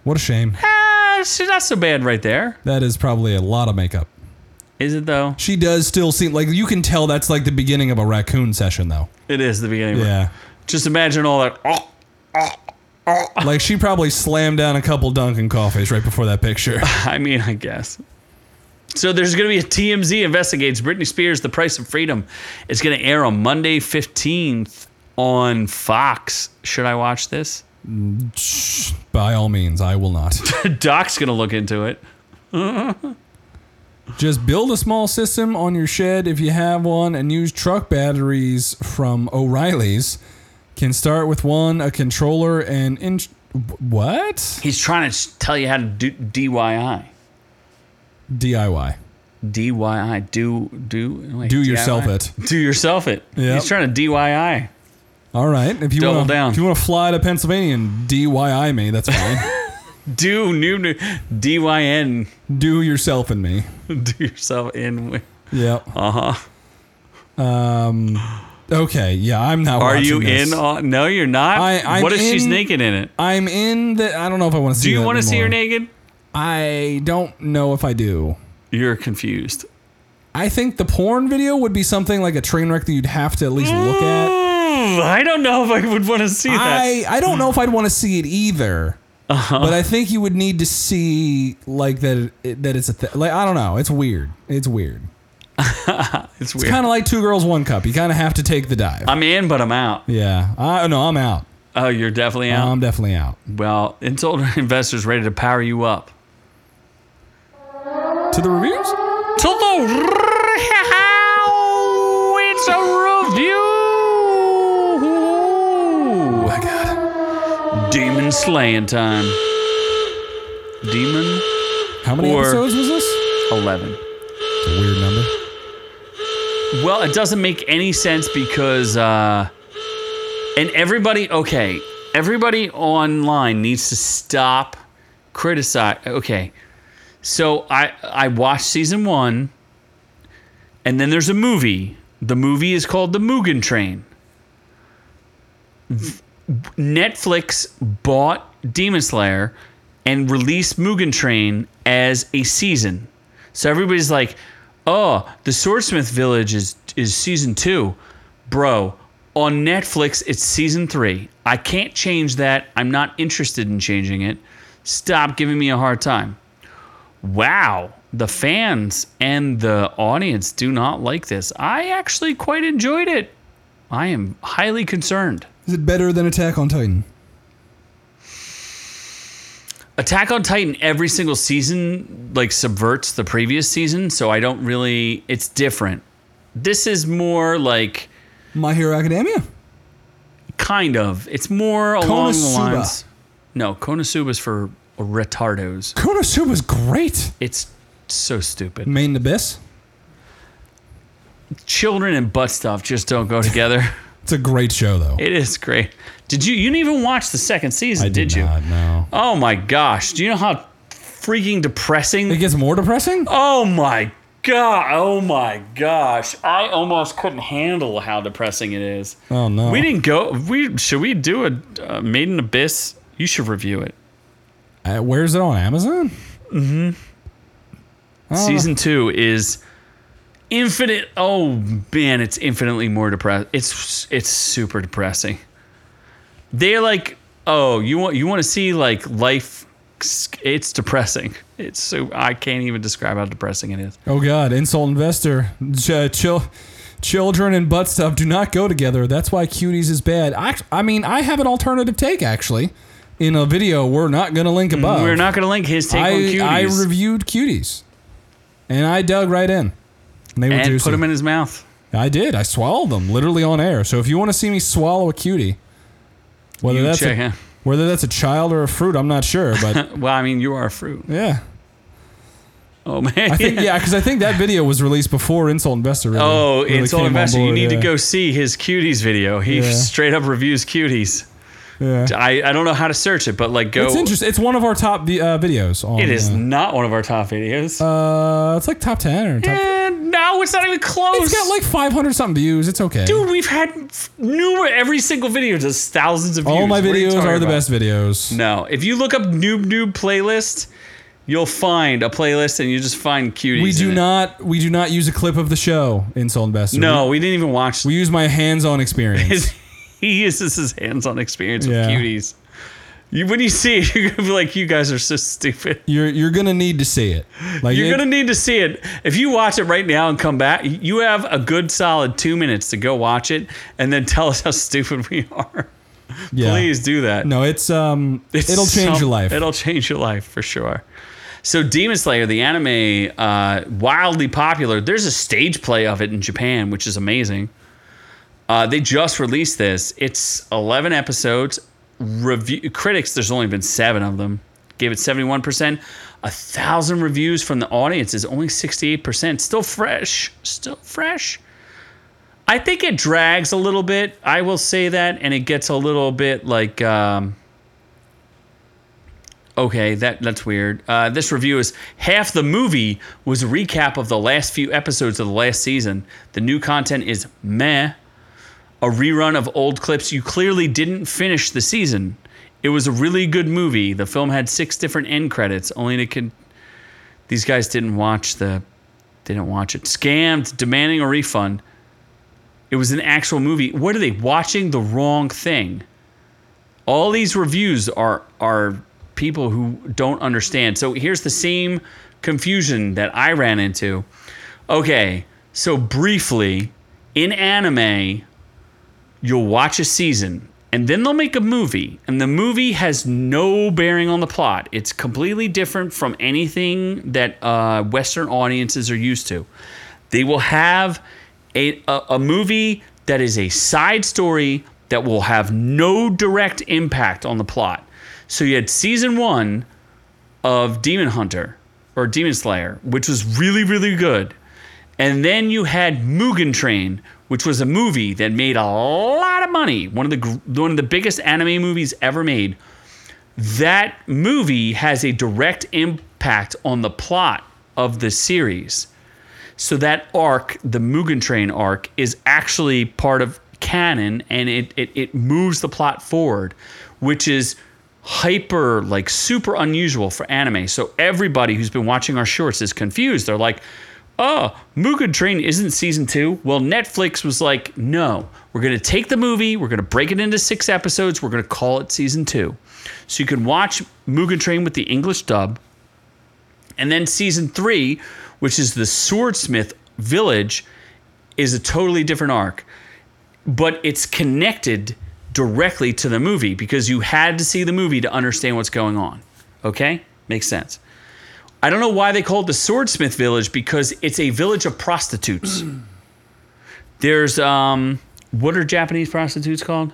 What a shame.
Ah, she's not so bad right there,
That is probably a lot of makeup.
is it? Though
She does still seem like you can tell that's like the beginning of a raccoon session though.
it is the beginning.
Yeah.
Just imagine all that. Oh,
Like she probably slammed down a couple Dunkin' coffees right before that picture.
I mean, I guess. So there's going to be a TMZ investigates Britney Spears, The Price of Freedom. It's going to air on Monday 15th on Fox. Should I watch this?
Shh, By all means, I will not.
Doc's going to look into it.
Just build a small system on your shed if you have one and use truck batteries from O'Reilly's. Can start with one, a controller, and in- what?
He's trying to s- tell you how to do DIY.
DIY.
DIY. Do do wait,
Do yourself
DIY?
it.
Do yourself it.
Yep.
He's trying to DIY.
All right. If you
Double
wanna,
down.
If you want to fly to Pennsylvania and DIY me, that's fine.
Do new, new DYN.
Do yourself and me.
Do yourself in. uh-huh.
Yep. Uh huh. Um. Okay. Yeah, I'm not.
Are
watching
you
this.
in? On, no, you're not.
I- I'm
what if she's
in-
naked in it?
I'm in the. I don't know if I want to see.
Do you
that
want to see her
anymore.
naked?
I don't know if I do.
You're confused.
I think the porn video would be something like a train wreck that you'd have to at least look at.
Mm, I don't know if I would want to see that. Uh-huh.
I I don't know if I'd want to see it either. But I think you would need to see like that it, that it's a th- like I don't know. It's weird. It's weird.
It's weird.
It's kind of like two girls one cup. You kind of have to take the dive.
I'm in, but I'm out.
yeah. I no, I'm out.
Oh, you're definitely out.
I'm definitely out.
well, Insult Investors ready to power you up.
To the Oh reviews?
To the how it's a review. my God. Demon slaying time. Demon
How many
Or-
episodes was this?
eleven.
It's a weird number.
Well, it doesn't make any sense because, uh, and everybody, okay, everybody online needs to stop criticize. Okay, so I I watched season one, and then there's a movie. The movie is called The Mugen Train. Th- Netflix bought Demon Slayer and released Mugen Train as a season. So everybody's like, "Oh, the Swordsmith Village is is season 2." Bro, on Netflix it's season 3. I can't change that. I'm not interested in changing it. Stop giving me a hard time. Wow, the fans and the audience do not like this. I actually quite enjoyed it. I am highly concerned.
Is it better than Attack on Titan?
Attack on Titan every single season like subverts the previous season, so I don't really it's different. This is more like
My Hero Academia?
kind of. It's more along
Konosuba.
the lines. No, Konosuba's for retardos.
Konosuba was great.
It's so stupid.
Main Abyss.
Children and butt stuff just don't go together.
It's a great show though.
it is great. Did you? You didn't even watch the second season,
I
did,
did,
you?
Not, no.
Oh my gosh! Do you know how freaking depressing
It gets more depressing.
Oh my god! Oh my gosh! I almost couldn't handle how depressing it is.
Oh no.
We didn't go. We should we do a uh, Maiden Abyss? You should review it.
Uh, where's it on Amazon? Oh.
Season two is infinite. Oh man, it's infinitely more depressing. It's it's super depressing. They're like, oh, you want you want to see like life. It's depressing. It's so I can't even describe how depressing it is.
Oh God! Insult investor. Ch- uh, chil- children and butt stuff do not go together. That's why cuties is bad. I, I mean, I have an alternative take actually. In a video, we're not gonna link above.
Mm, We're not gonna link his take on
Oh. I,
cuties.
I reviewed cuties, and I dug right in. And they were
and
juicy.
put him in his mouth.
I did. I swallowed them literally on air. So if you want to see me swallow a cutie, whether
You
that's
check
a,
him.
whether that's a child or a fruit, I'm not sure, but
Well, I mean, you are a fruit.
yeah.
Oh man.
I think yeah, because I think that video was released before Insult Investor. Really,
Oh,
really
it's all
came on
investor. You
board,
need
yeah.
to go see his cuties video. He
Yeah.
straight up reviews cuties.
Yeah.
I, I don't know how to search it, but like go.
It's interesting. It's one of our top vi- uh, videos. On,
It is
Uh,
not one of our top videos.
uh, it's like top ten or top.
and no, it's not even close.
It's got like five hundred something views. It's okay.
Dude, we've had numerous. Every single video does thousands of views.
All my
What you
videos
talking
are the
about?
best videos.
No, if you look up noob noob playlist, you'll find a playlist and you just find cuties.
We do
in it.
not. We do not use a clip of the show in Soul Investor.
No, we didn't even watch.
We, we use my hands-on experience.
he uses his hands-on experience
Yeah.
with cuties. You, when you see it, you're gonna be like, "You guys are so stupid."
you're you're gonna need to see it. Like
You're
it-
gonna need to see it. If you watch it right now and come back, you have a good solid two minutes to go watch it and then tell us how stupid we are.
yeah.
Please do that.
No, it's um.
It's
it'll change
some-
your life.
It'll change your life for sure. So, Demon Slayer, the anime, uh, wildly popular. There's a stage play of it in Japan, which is amazing. Uh, they just released this. It's 11 episodes. Review critics. There's only been seven of them. Gave it 71 percent. A thousand reviews from the audience is only 68 percent. Still fresh. Still fresh. I think it drags a little bit. I will say that, and it gets a little bit like. Um, Okay, that that's weird. Uh, this review is half the movie was a recap of the last few episodes of the last season. The new content is meh, a rerun of old clips. You clearly didn't finish the season. It was a really good movie. The film had six different end credits. Only to con- these guys didn't watch the, they didn't watch it. Scammed, demanding a refund. It was an actual movie. What are they watching? The wrong thing all these reviews are are people who don't understand. So here's the same confusion that I ran into. Okay, so briefly, in anime, you'll watch a season and then they'll make a movie, and the movie has no bearing on the plot. It's completely different from anything that uh, Western audiences are used to. They will have a, a, a movie that is a side story that will have no direct impact on the plot. So you had season one of Demon Hunter or Demon Slayer, which was really, really good. And then you had Mugen Train, which was a movie that made a lot of money, one of the gr- one of the biggest anime movies ever made. That movie has a direct impact on the plot of the series. So that arc, the Mugen Train arc, is actually part of canon and it, it, it moves the plot forward, which is hyper, like super unusual for anime. So everybody who's been watching our shorts is confused. They're like, oh, Mugen Train isn't season two. Well, Netflix was like, no, we're going to take the movie, we're going to break it into six episodes, we're going to call it season two. So you can watch Mugen Train with the English dub. And then season three, which is the Swordsmith Village, is a totally different arc, but it's connected directly to the movie because you had to see the movie to understand what's going on. Okay? Makes sense. I don't know why they call it the Swordsmith Village because it's a village of prostitutes. There's, um, what are Japanese prostitutes called?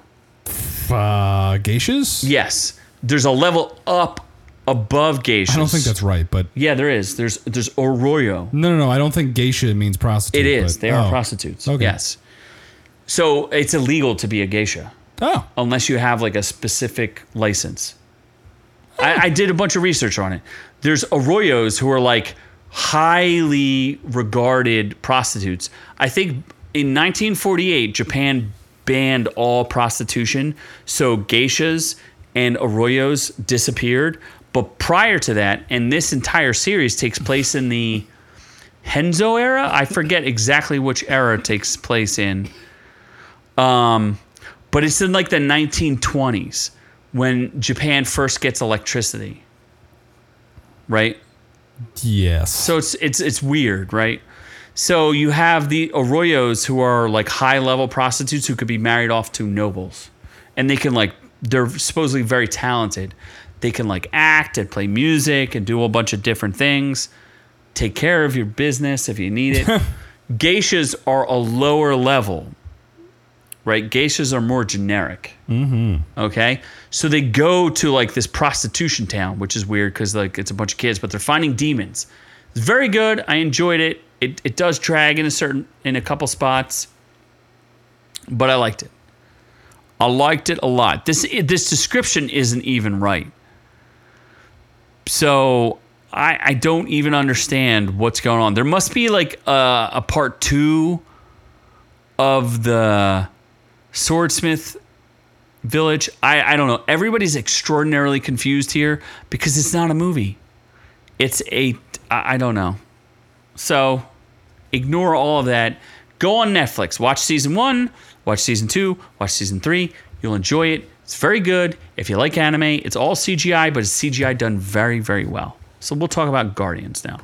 uh, geishas.
Yes, there's a level up above geishas.
I don't think that's right, but
Yeah, there is. There's there's Arroyo.
no, no, no. I don't think geisha means prostitute.
It is.
but-
They are
oh.
prostitutes.
Okay.
Yes. So it's illegal to be a geisha
Oh,
unless you have like a specific license. I, I did a bunch of research on it. There's arroyos who are like highly regarded prostitutes. I think in 1948, Japan banned all prostitution, so geishas and arroyos disappeared. But prior to that, and this entire series takes place in the Henzo era. I forget exactly which era it takes place in but it's in like the 1920s when Japan first gets electricity. Right?
yes.
So it's it's it's weird, right? So you have the arroyos who are like high-level prostitutes who could be married off to nobles. And they can like they're supposedly very talented. They can like act and play music and do a bunch of different things. Take care of your business if you need it. Geishas are a lower level right? Geishas are more generic. Mm-hmm. Okay, so they go to like this prostitution town, which is weird because like it's a bunch of kids, but they're finding demons. It's very good. I enjoyed it. It it does drag in a certain in a couple spots, but I liked it. I liked it a lot. This this description isn't even right. So. I, I don't even understand what's going on. There must be like a, a part two of the swordsmith village I, I don't know everybody's extraordinarily confused here because it's not a movie it's a i I don't know so ignore all of that go on netflix watch season one watch season two watch season three you'll enjoy it it's very good if you like anime it's all cgi but it's cgi done very very well so we'll talk about guardians now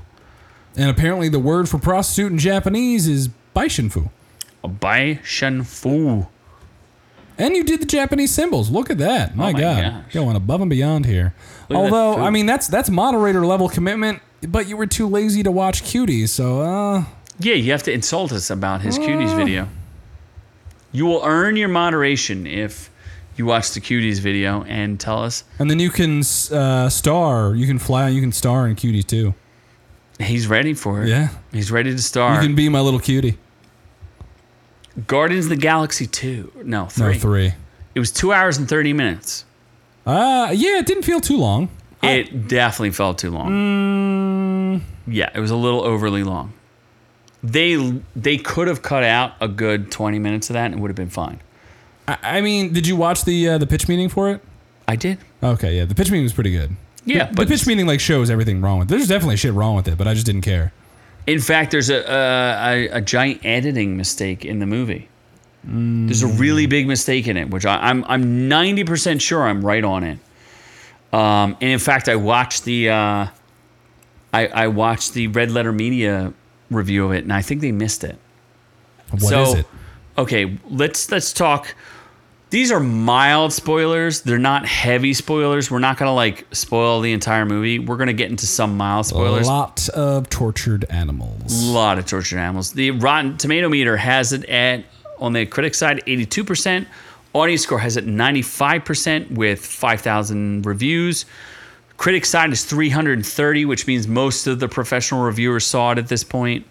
And apparently, the word for prostitute in Japanese is baishinfu.
by shen fu
And you did the Japanese symbols. Look at that. My,
Oh my
God.
gosh.
Going above and beyond here.
at that
Although,
food.
I mean, that's that's moderator level commitment, but you were too lazy to watch cuties, so uh
Yeah, you have to insult us about his cuties
Ah.
video. You will earn your moderation if you watch the cuties video and tell us
and then you can uh, star, you can fly, you can star in cuties too.
he's ready for it.
Yeah.
He's ready to star.
You can be my little cutie.
Guardians of the Galaxy 2. No, 3.
No, three.
It was 2 hours and 30 minutes.
Uh yeah, it didn't feel too long.
It definitely felt too long. Mm. Yeah, it was a little overly long. They they could have cut out a good 20 minutes of that and it would have been fine.
I, I mean, did you watch the uh, the pitch meeting for it?
I did.
Okay, yeah, the pitch meeting was pretty good.
Yeah,
the pitch meeting like shows everything wrong with. There's definitely shit wrong with it, but I just didn't care.
In fact, there's a a, a, a giant editing mistake in the movie. There's a really big mistake in it, which I, I'm I'm 90% sure I'm right on it. Um, and in fact, I watched the uh, I I watched the Red Letter Media review of it, and I think they missed it.
What is
So
it?
Okay, let's let's talk. These are mild spoilers. They're not heavy spoilers. We're not gonna like spoil the entire movie. We're gonna get into some mild spoilers.
A lot of tortured animals.
lot of tortured animals. The Rotten Tomato meter has it at on the critic side 82%. Audience score has it 95% with 5,000 reviews. Critic side is 330, which means most of the professional reviewers saw it at this point.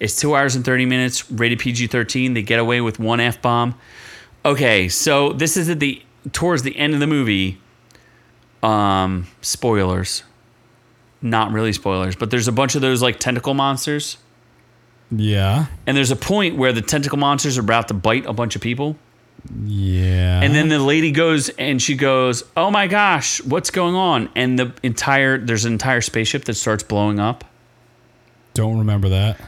It's two hours and 30 minutes, rated PG 13. They get away with one F bomb. Okay, so this is at the towards the end of the movie. Um, spoilers. Not really spoilers, but there's a bunch of those like tentacle monsters.
Yeah.
And there's a point where the tentacle monsters are about to bite a bunch of people.
Yeah.
And then the lady goes and she goes, Oh my gosh, what's going on? And the entire, there's an entire spaceship that starts blowing up.
don't remember that.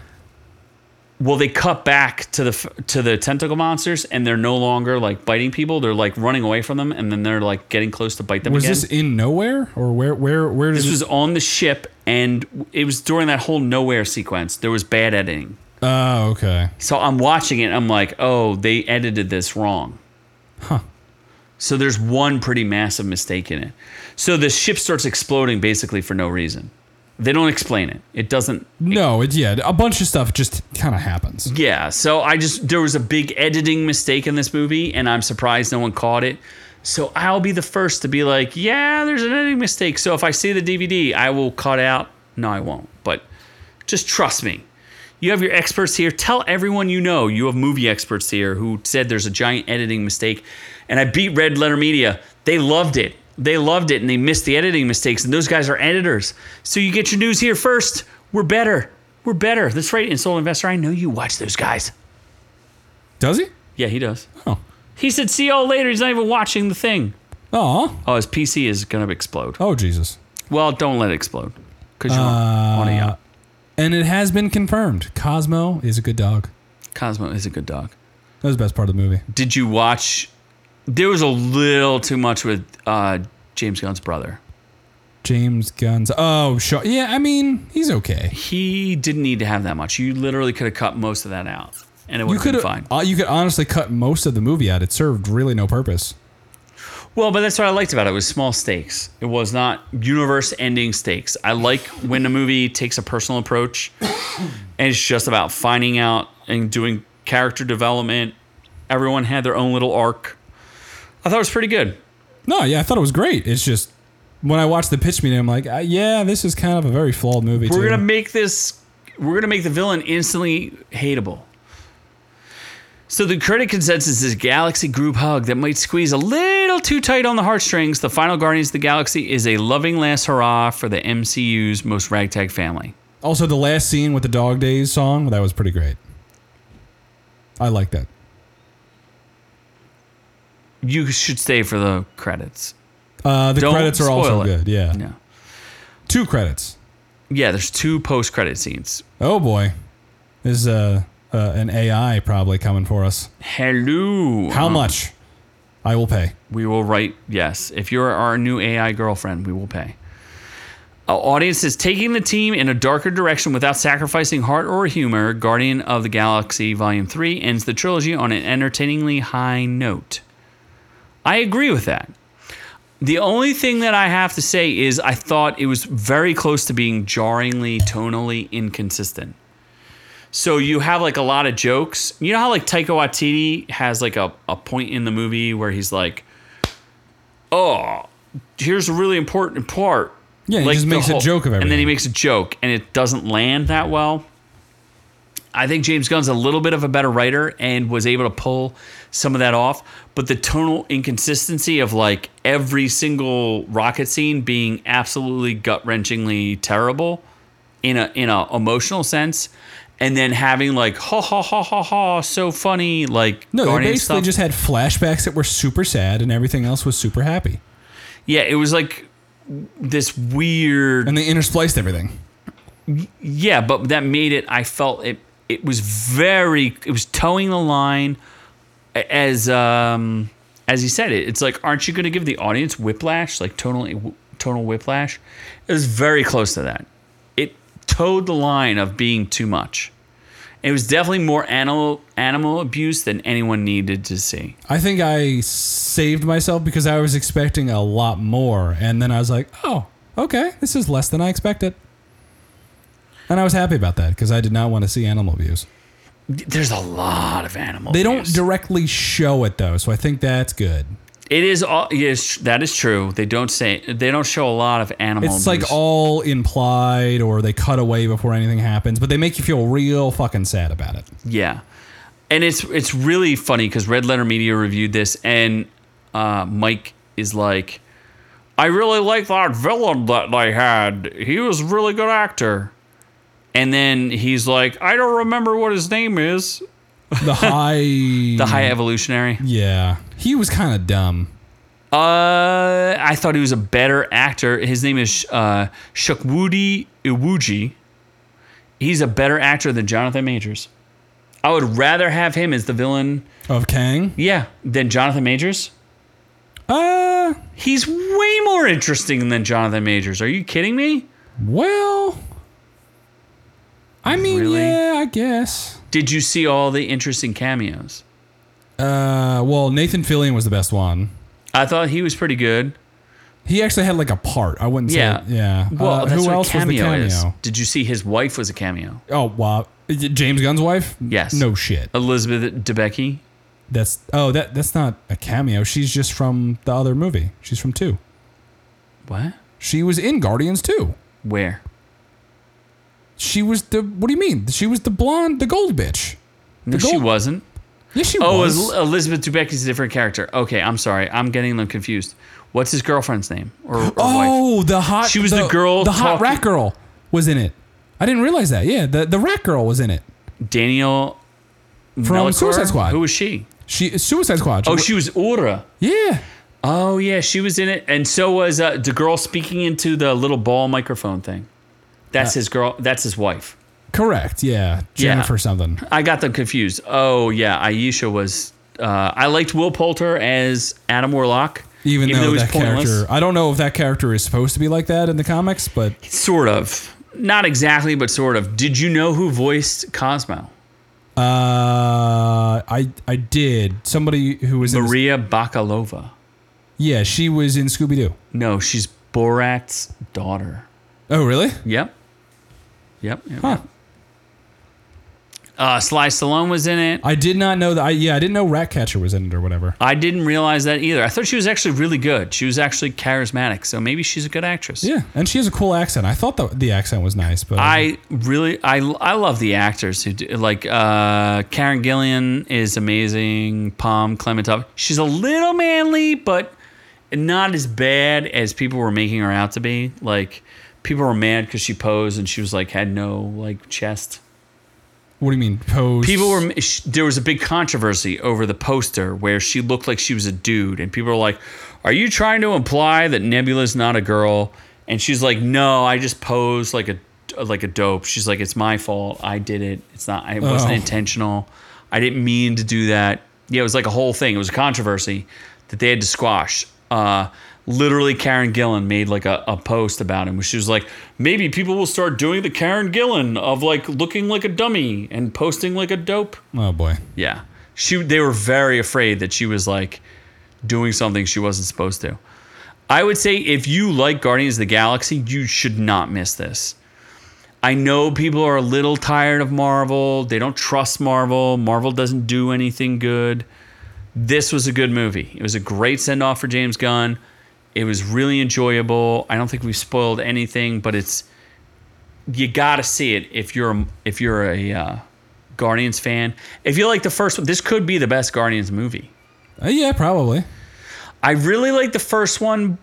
Well, they cut back to the f- to the tentacle monsters, and they're no longer like biting people. They're like running away from them, and then they're like getting close to bite them
Was
again.
this in nowhere or where where where did
this
it-
was on the ship, and it was during that whole nowhere sequence. There was bad editing,
Oh, okay.
so I'm watching it. I'm like, oh, they edited this wrong. So there's one pretty massive mistake in it. So the ship starts exploding basically for no reason. They don't explain it. It doesn't.
No, it, yeah, a bunch of stuff just kind of happens.
Yeah. So I just there was a big editing mistake in this movie, and I'm surprised no one caught it. So I'll be the first to be like, yeah, there's an editing mistake. So if I see the DVD, I will cut out. No, I won't. But just trust me. You have your experts here. Tell everyone you know you have movie experts here who said there's a giant editing mistake. And I beat Red Letter Media. They loved it. They loved it and they missed the editing mistakes. And those guys are editors. So you get your news here first. We're better. We're better. That's right, Insole Investor. I know you watch those guys.
Does he?
Yeah, he does.
Oh.
He said, see y'all later. He's not even watching the thing.
Aw.
Oh, his PC is going to explode.
Oh, Jesus.
Well, don't let it explode because you're on a yacht.
And it has been confirmed. Cosmo is a good dog.
Cosmo is a good dog.
That was the best part of the movie.
Did you watch? There was a little too much with uh, James Gunn's brother.
James Gunn's. Oh, sure. Yeah, I mean, he's okay.
He didn't need to have that much. You literally could have cut most of that out, and it would
You
have been
could
fine.
uh, you could honestly cut most of the movie out. It served really no purpose.
Well, but that's what I liked about it. It was small stakes. It was not universe ending stakes. I like when a movie takes a personal approach and it's just about finding out and doing character development. Everyone had their own little arc. I thought it was pretty good.
No, yeah, I thought it was great. It's just when I watched the pitch meeting, I'm like, uh, yeah, this is kind of a very flawed movie.
We're
too.
gonna make this. We're gonna make the villain instantly hateable. So the critic consensus is a galaxy group hug that might squeeze a little too tight on the heartstrings. The final Guardians of the Galaxy is a loving last hurrah for the MCU's most ragtag family.
Also, the last scene with the Dog Days song, that was pretty great. I like that.
You should stay for the credits.
Uh, the
Don't
credits are
spoil
also
it.
good. Yeah.
Yeah,
Two credits.
yeah. There's two post-credit scenes.
Oh, boy. This is uh, uh, an AI probably coming for us.
Hello.
How
Um,
much? I will pay.
We will write yes. If you're our new AI girlfriend, we will pay. Our audience is taking the team in a darker direction without sacrificing heart or humor. Guardian of the Galaxy Volume 3 ends the trilogy on an entertainingly high note. I agree with that. The only thing that I have to say is I thought it was very close to being jarringly tonally inconsistent. So you have like a lot of jokes. You know how like Taika Waititi has like a, a point in the movie where he's like, "Oh, here's a really important part."
Yeah, he
like
just
the
makes a
whole-
joke of everything.
And then he makes a joke and it doesn't land that well. I think James Gunn's a little bit of a better writer and was able to pull some of that off. But the tonal inconsistency of like every single rocket scene being absolutely gut wrenchingly terrible in a in a emotional sense, and then having like ha ha ha ha ha so funny like
no, they
Guardian
basically
stuff.
just had flashbacks that were super sad and everything else was super happy.
yeah it was like this weird
And they interspliced everything.
Yeah, but that made it. I felt it. It was very. It was towing the line, a- as um as he said it. It's like, aren't you going to give the audience whiplash, like tonal tonal whiplash? It was very close to that. It towed the line of being too much. It was definitely more animal animal abuse than anyone needed to see.
I think I saved myself because I was expecting a lot more. And then I was like, oh, okay, this is less than I expected. And I was happy about that because I did not want to see animal abuse.
There's a lot of animal.
They don't
abuse.
directly show it though, so I think that's good.
It is all. Yes, that is true. They don't say. They don't show a lot of animal.
It's like
abuse.
all implied or they cut away before anything happens, but they make you feel real fucking sad about it.
Yeah, and it's it's really funny because Red Letter Media reviewed this, and uh, Mike is like, "I really like that villain that they had. He was a really good actor." And then he's like, "I don't remember what his name is."
The high
The High Evolutionary.
Yeah. He was kind of dumb.
Uh, I thought he was a better actor. His name is uh, Shukwudi Iwuji. He's a better actor than Jonathan Majors. I would rather have him as the villain,
Of Kang?
yeah, than Jonathan Majors.
Uh
He's way more interesting than Jonathan Majors. Are you kidding me?
well I mean,
Really?
yeah, I guess.
Did you see all the interesting cameos?
Uh well, Nathan Fillion was the best one.
I thought he was pretty good.
He actually had like a part. I wouldn't
Yeah.
say. Yeah.
Well,
Uh,
that's
who
what
else
cameo,
was the
is.
cameo?
Did you see his wife was a cameo?
Oh, wow. Is it James Gunn's wife?
Yes. Oh.
No shit.
Elizabeth Debicki.
That's oh that that's not a cameo. She's just from the other movie. She's from two.
What?
She was in Guardians two.
Where?
She was the what do you mean? She was the blonde, the gold bitch.
No, she
gold-
wasn't.
Yes, she
Oh,
was.
is Elizabeth Debicki's a different character. Okay, I'm sorry. I'm getting them confused. What's his girlfriend's name or, or wife?
oh, the hot.
She was the girl
The hot
talking-
rat girl was in it. I didn't realize that. Yeah, the the rat girl was in it.
Daniel
From
Melikor?
Suicide Squad.
Who was she?
She Suicide Squad.
Oh, she was Ura.
yeah.
Oh yeah, she was in it, and so was uh, the girl speaking into the little ball microphone thing. That's his girl. That's his wife.
Correct. Yeah,
Yeah.
Jennifer something.
I got them confused. Oh yeah, Aisha was. Uh, I liked Will Poulter as Adam Warlock,
Even, though,
he's
that character, I don't know if that character is supposed to be like that in the comics, but
Sort of, not exactly, but sort of. Did you know who voiced Cosmo?
uh, I I did somebody who was in this-
Maria Bakalova.
yeah, she was in Scooby Doo.
No, she's Borat's daughter.
Oh, really?
Yep. Yep. yep,
Huh.
yep. Uh, Sly Stallone was in it.
I did not know that. I yeah, I didn't know Ratcatcher was in it or whatever.
I didn't realize that either. I thought she was actually really good. She was actually charismatic, so maybe she's a good actress.
Yeah, and she has a cool accent. I thought the the accent was nice, but
I really, I, I love the actors who do, like uh, Karen Gillian is amazing. Palm Clementov, she's a little manly, but not as bad as people were making her out to be. Like people were mad because she posed and she was like had no like chest.
what do you mean pose?
People were sh- there was a big controversy over the poster where she looked like she was a dude, and people were like, "Are you trying to imply that Nebula's not a girl?" And she's like, "No, I just posed like a like a dope." She's like, "It's my fault. I did it. It's not. It wasn't
Oh.
intentional. I didn't mean to do that." Yeah, it was like a whole thing. It was a controversy that they had to squash. Uh, literally, Karen Gillan made like a, a post about him where she was like, maybe people will start doing the Karen Gillan of like looking like a dummy and posting like a dope.
Oh boy.
Yeah. She they were very afraid that she was like doing something she wasn't supposed to. I would say if you like Guardians of the Galaxy, you should not miss this. I know people are a little tired of Marvel. They don't trust Marvel. Marvel doesn't do anything good. This was a good movie. It was a great send off for James Gunn. It was really enjoyable. I don't think we spoiled anything, but it's you got to see it if you're if you're a uh, Guardians fan. If you like the first one, this could be the best Guardians movie.
Uh, yeah, probably.
I really like the first one,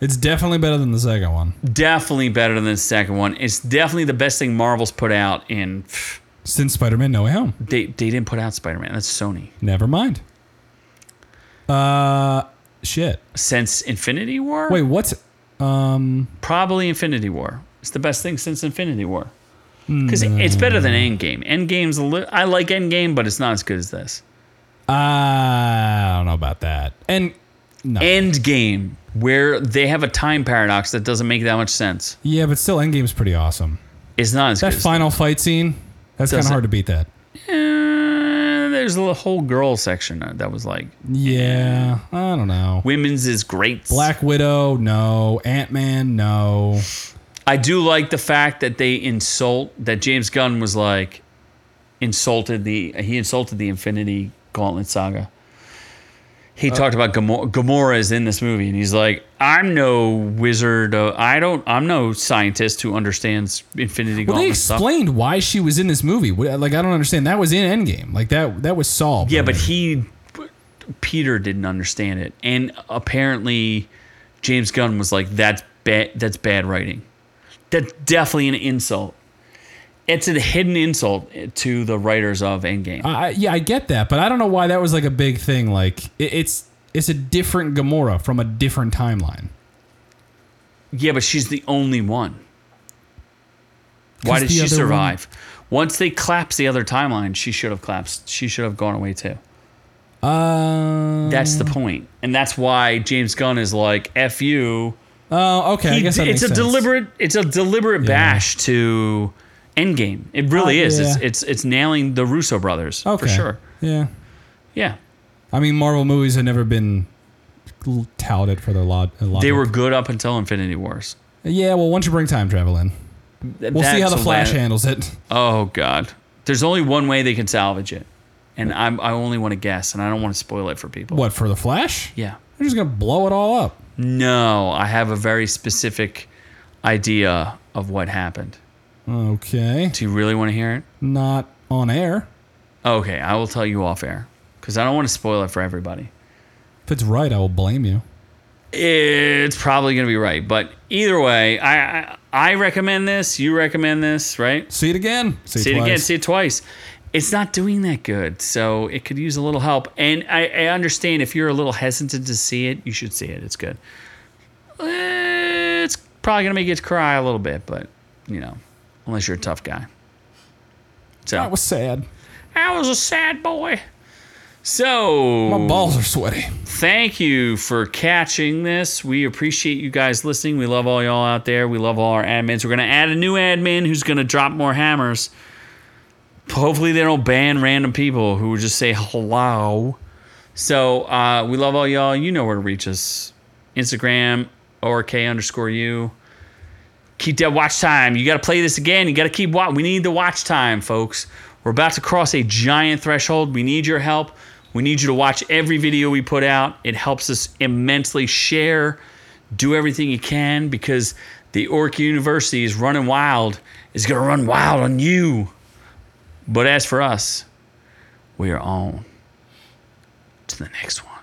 It's definitely better than the second one.
definitely better than the second one. It's definitely the best thing Marvel's put out in pff,
Since Spider-Man: No Way Home.
they they didn't put out Spider-Man. That's Sony.
Never mind. Uh, shit.
Since Infinity War?
Wait, what's uh,
Probably Infinity War. It's the best thing since Infinity War.
Hmm.
Cuz it's better than Endgame. Endgame's a li- I like Endgame, but it's not as good as this.
I don't know about that. And no.
Endgame where they have a time paradox that doesn't make that much sense.
yeah, but still, Endgame's pretty awesome.
It's not as
That
good. as-
final fight scene. That's kind of
Doesn't-
hard to beat that.
Uh, there's a whole girl section that was like
Yeah, I don't know.
women's is great.
Black Widow, no. Ant Man, no.
I do like the fact that they insult that James Gunn was like insulted the he insulted the Infinity Gauntlet saga.
Uh,
He talked about Gamora, Gamora is in this movie, and he's like, "I'm no wizard. Uh, I don't. I'm no scientist who understands Infinity
Well, they
Gauntlet stuff."
explained why she was in this movie. What- Like, I don't understand. That was in Endgame. Like that. That was solved.
Yeah, but he, Peter didn't understand it, and apparently, James Gunn was like, "That's bad. That's bad writing. That's definitely an insult. It's a hidden insult to the writers of Endgame."
I, I- yeah, I get that, but I don't know why that was like a big thing. Like, it, it's it's a different Gamora from a different timeline.
yeah, but she's the only one. Why
'Cause
did
the
she
other
survive? Once they collapsed the other timeline, she should have collapsed. She should have gone away too.
Uh,
That's the point, and that's why James Gunn is like, "F you."
oh, okay. I
He-
guess that
it's
makes
a
sense.
deliberate it's a deliberate bash to Endgame. It really
Uh,
is. It's,
yeah.
it's it's nailing the Russo brothers
Okay.
for sure.
Yeah.
Yeah.
I mean, Marvel movies have never been
l- touted for their lot.
They were good up until Infinity Wars.
yeah. Well, once you bring time travel in,
Th-
we'll see how
that's
the
a
Flash
la-
handles it.
Oh God, there's only one way they can salvage it, and I'm, I only want to guess, and I don't want to spoil it for people.
What for the Flash?
Yeah.
They're just gonna blow it all up.
No, I have a very specific idea of what happened.
Okay,
Do you really want to hear it?
not on air.
Okay, I will tell you off air because I don't want to spoil it for everybody.
If it's right, I will blame you.
It's probably gonna be right, but either way, I I, I recommend this. You recommend this, right?
See it again.
see it
twice.
again, see it twice. It's not doing that good, so it could use a little help. And I, I understand if you're a little hesitant to see it, you should see it. It's good. Eh, It's probably gonna make you cry a little bit, but you know, unless you're a tough guy. So
That was sad.
I was a sad boy. So
My balls are sweaty.
thank you for catching this. We appreciate you guys listening. We love all y'all out there. We love all our admins. We're going to add a new admin who's going to drop more hammers. Hopefully, they don't ban random people who would just say hello. So, uh, we love all y'all. You know where to reach us Instagram, ork underscore you. Keep that watch time. You got to play this again. You got to keep watch. We need the watch time, folks. We're about to cross a giant threshold. We need your help. We need you to watch every video we put out. It helps us immensely share. Do everything you can because the Orc University is running wild. It's going to run wild on you. But as for us, we are on to the next one.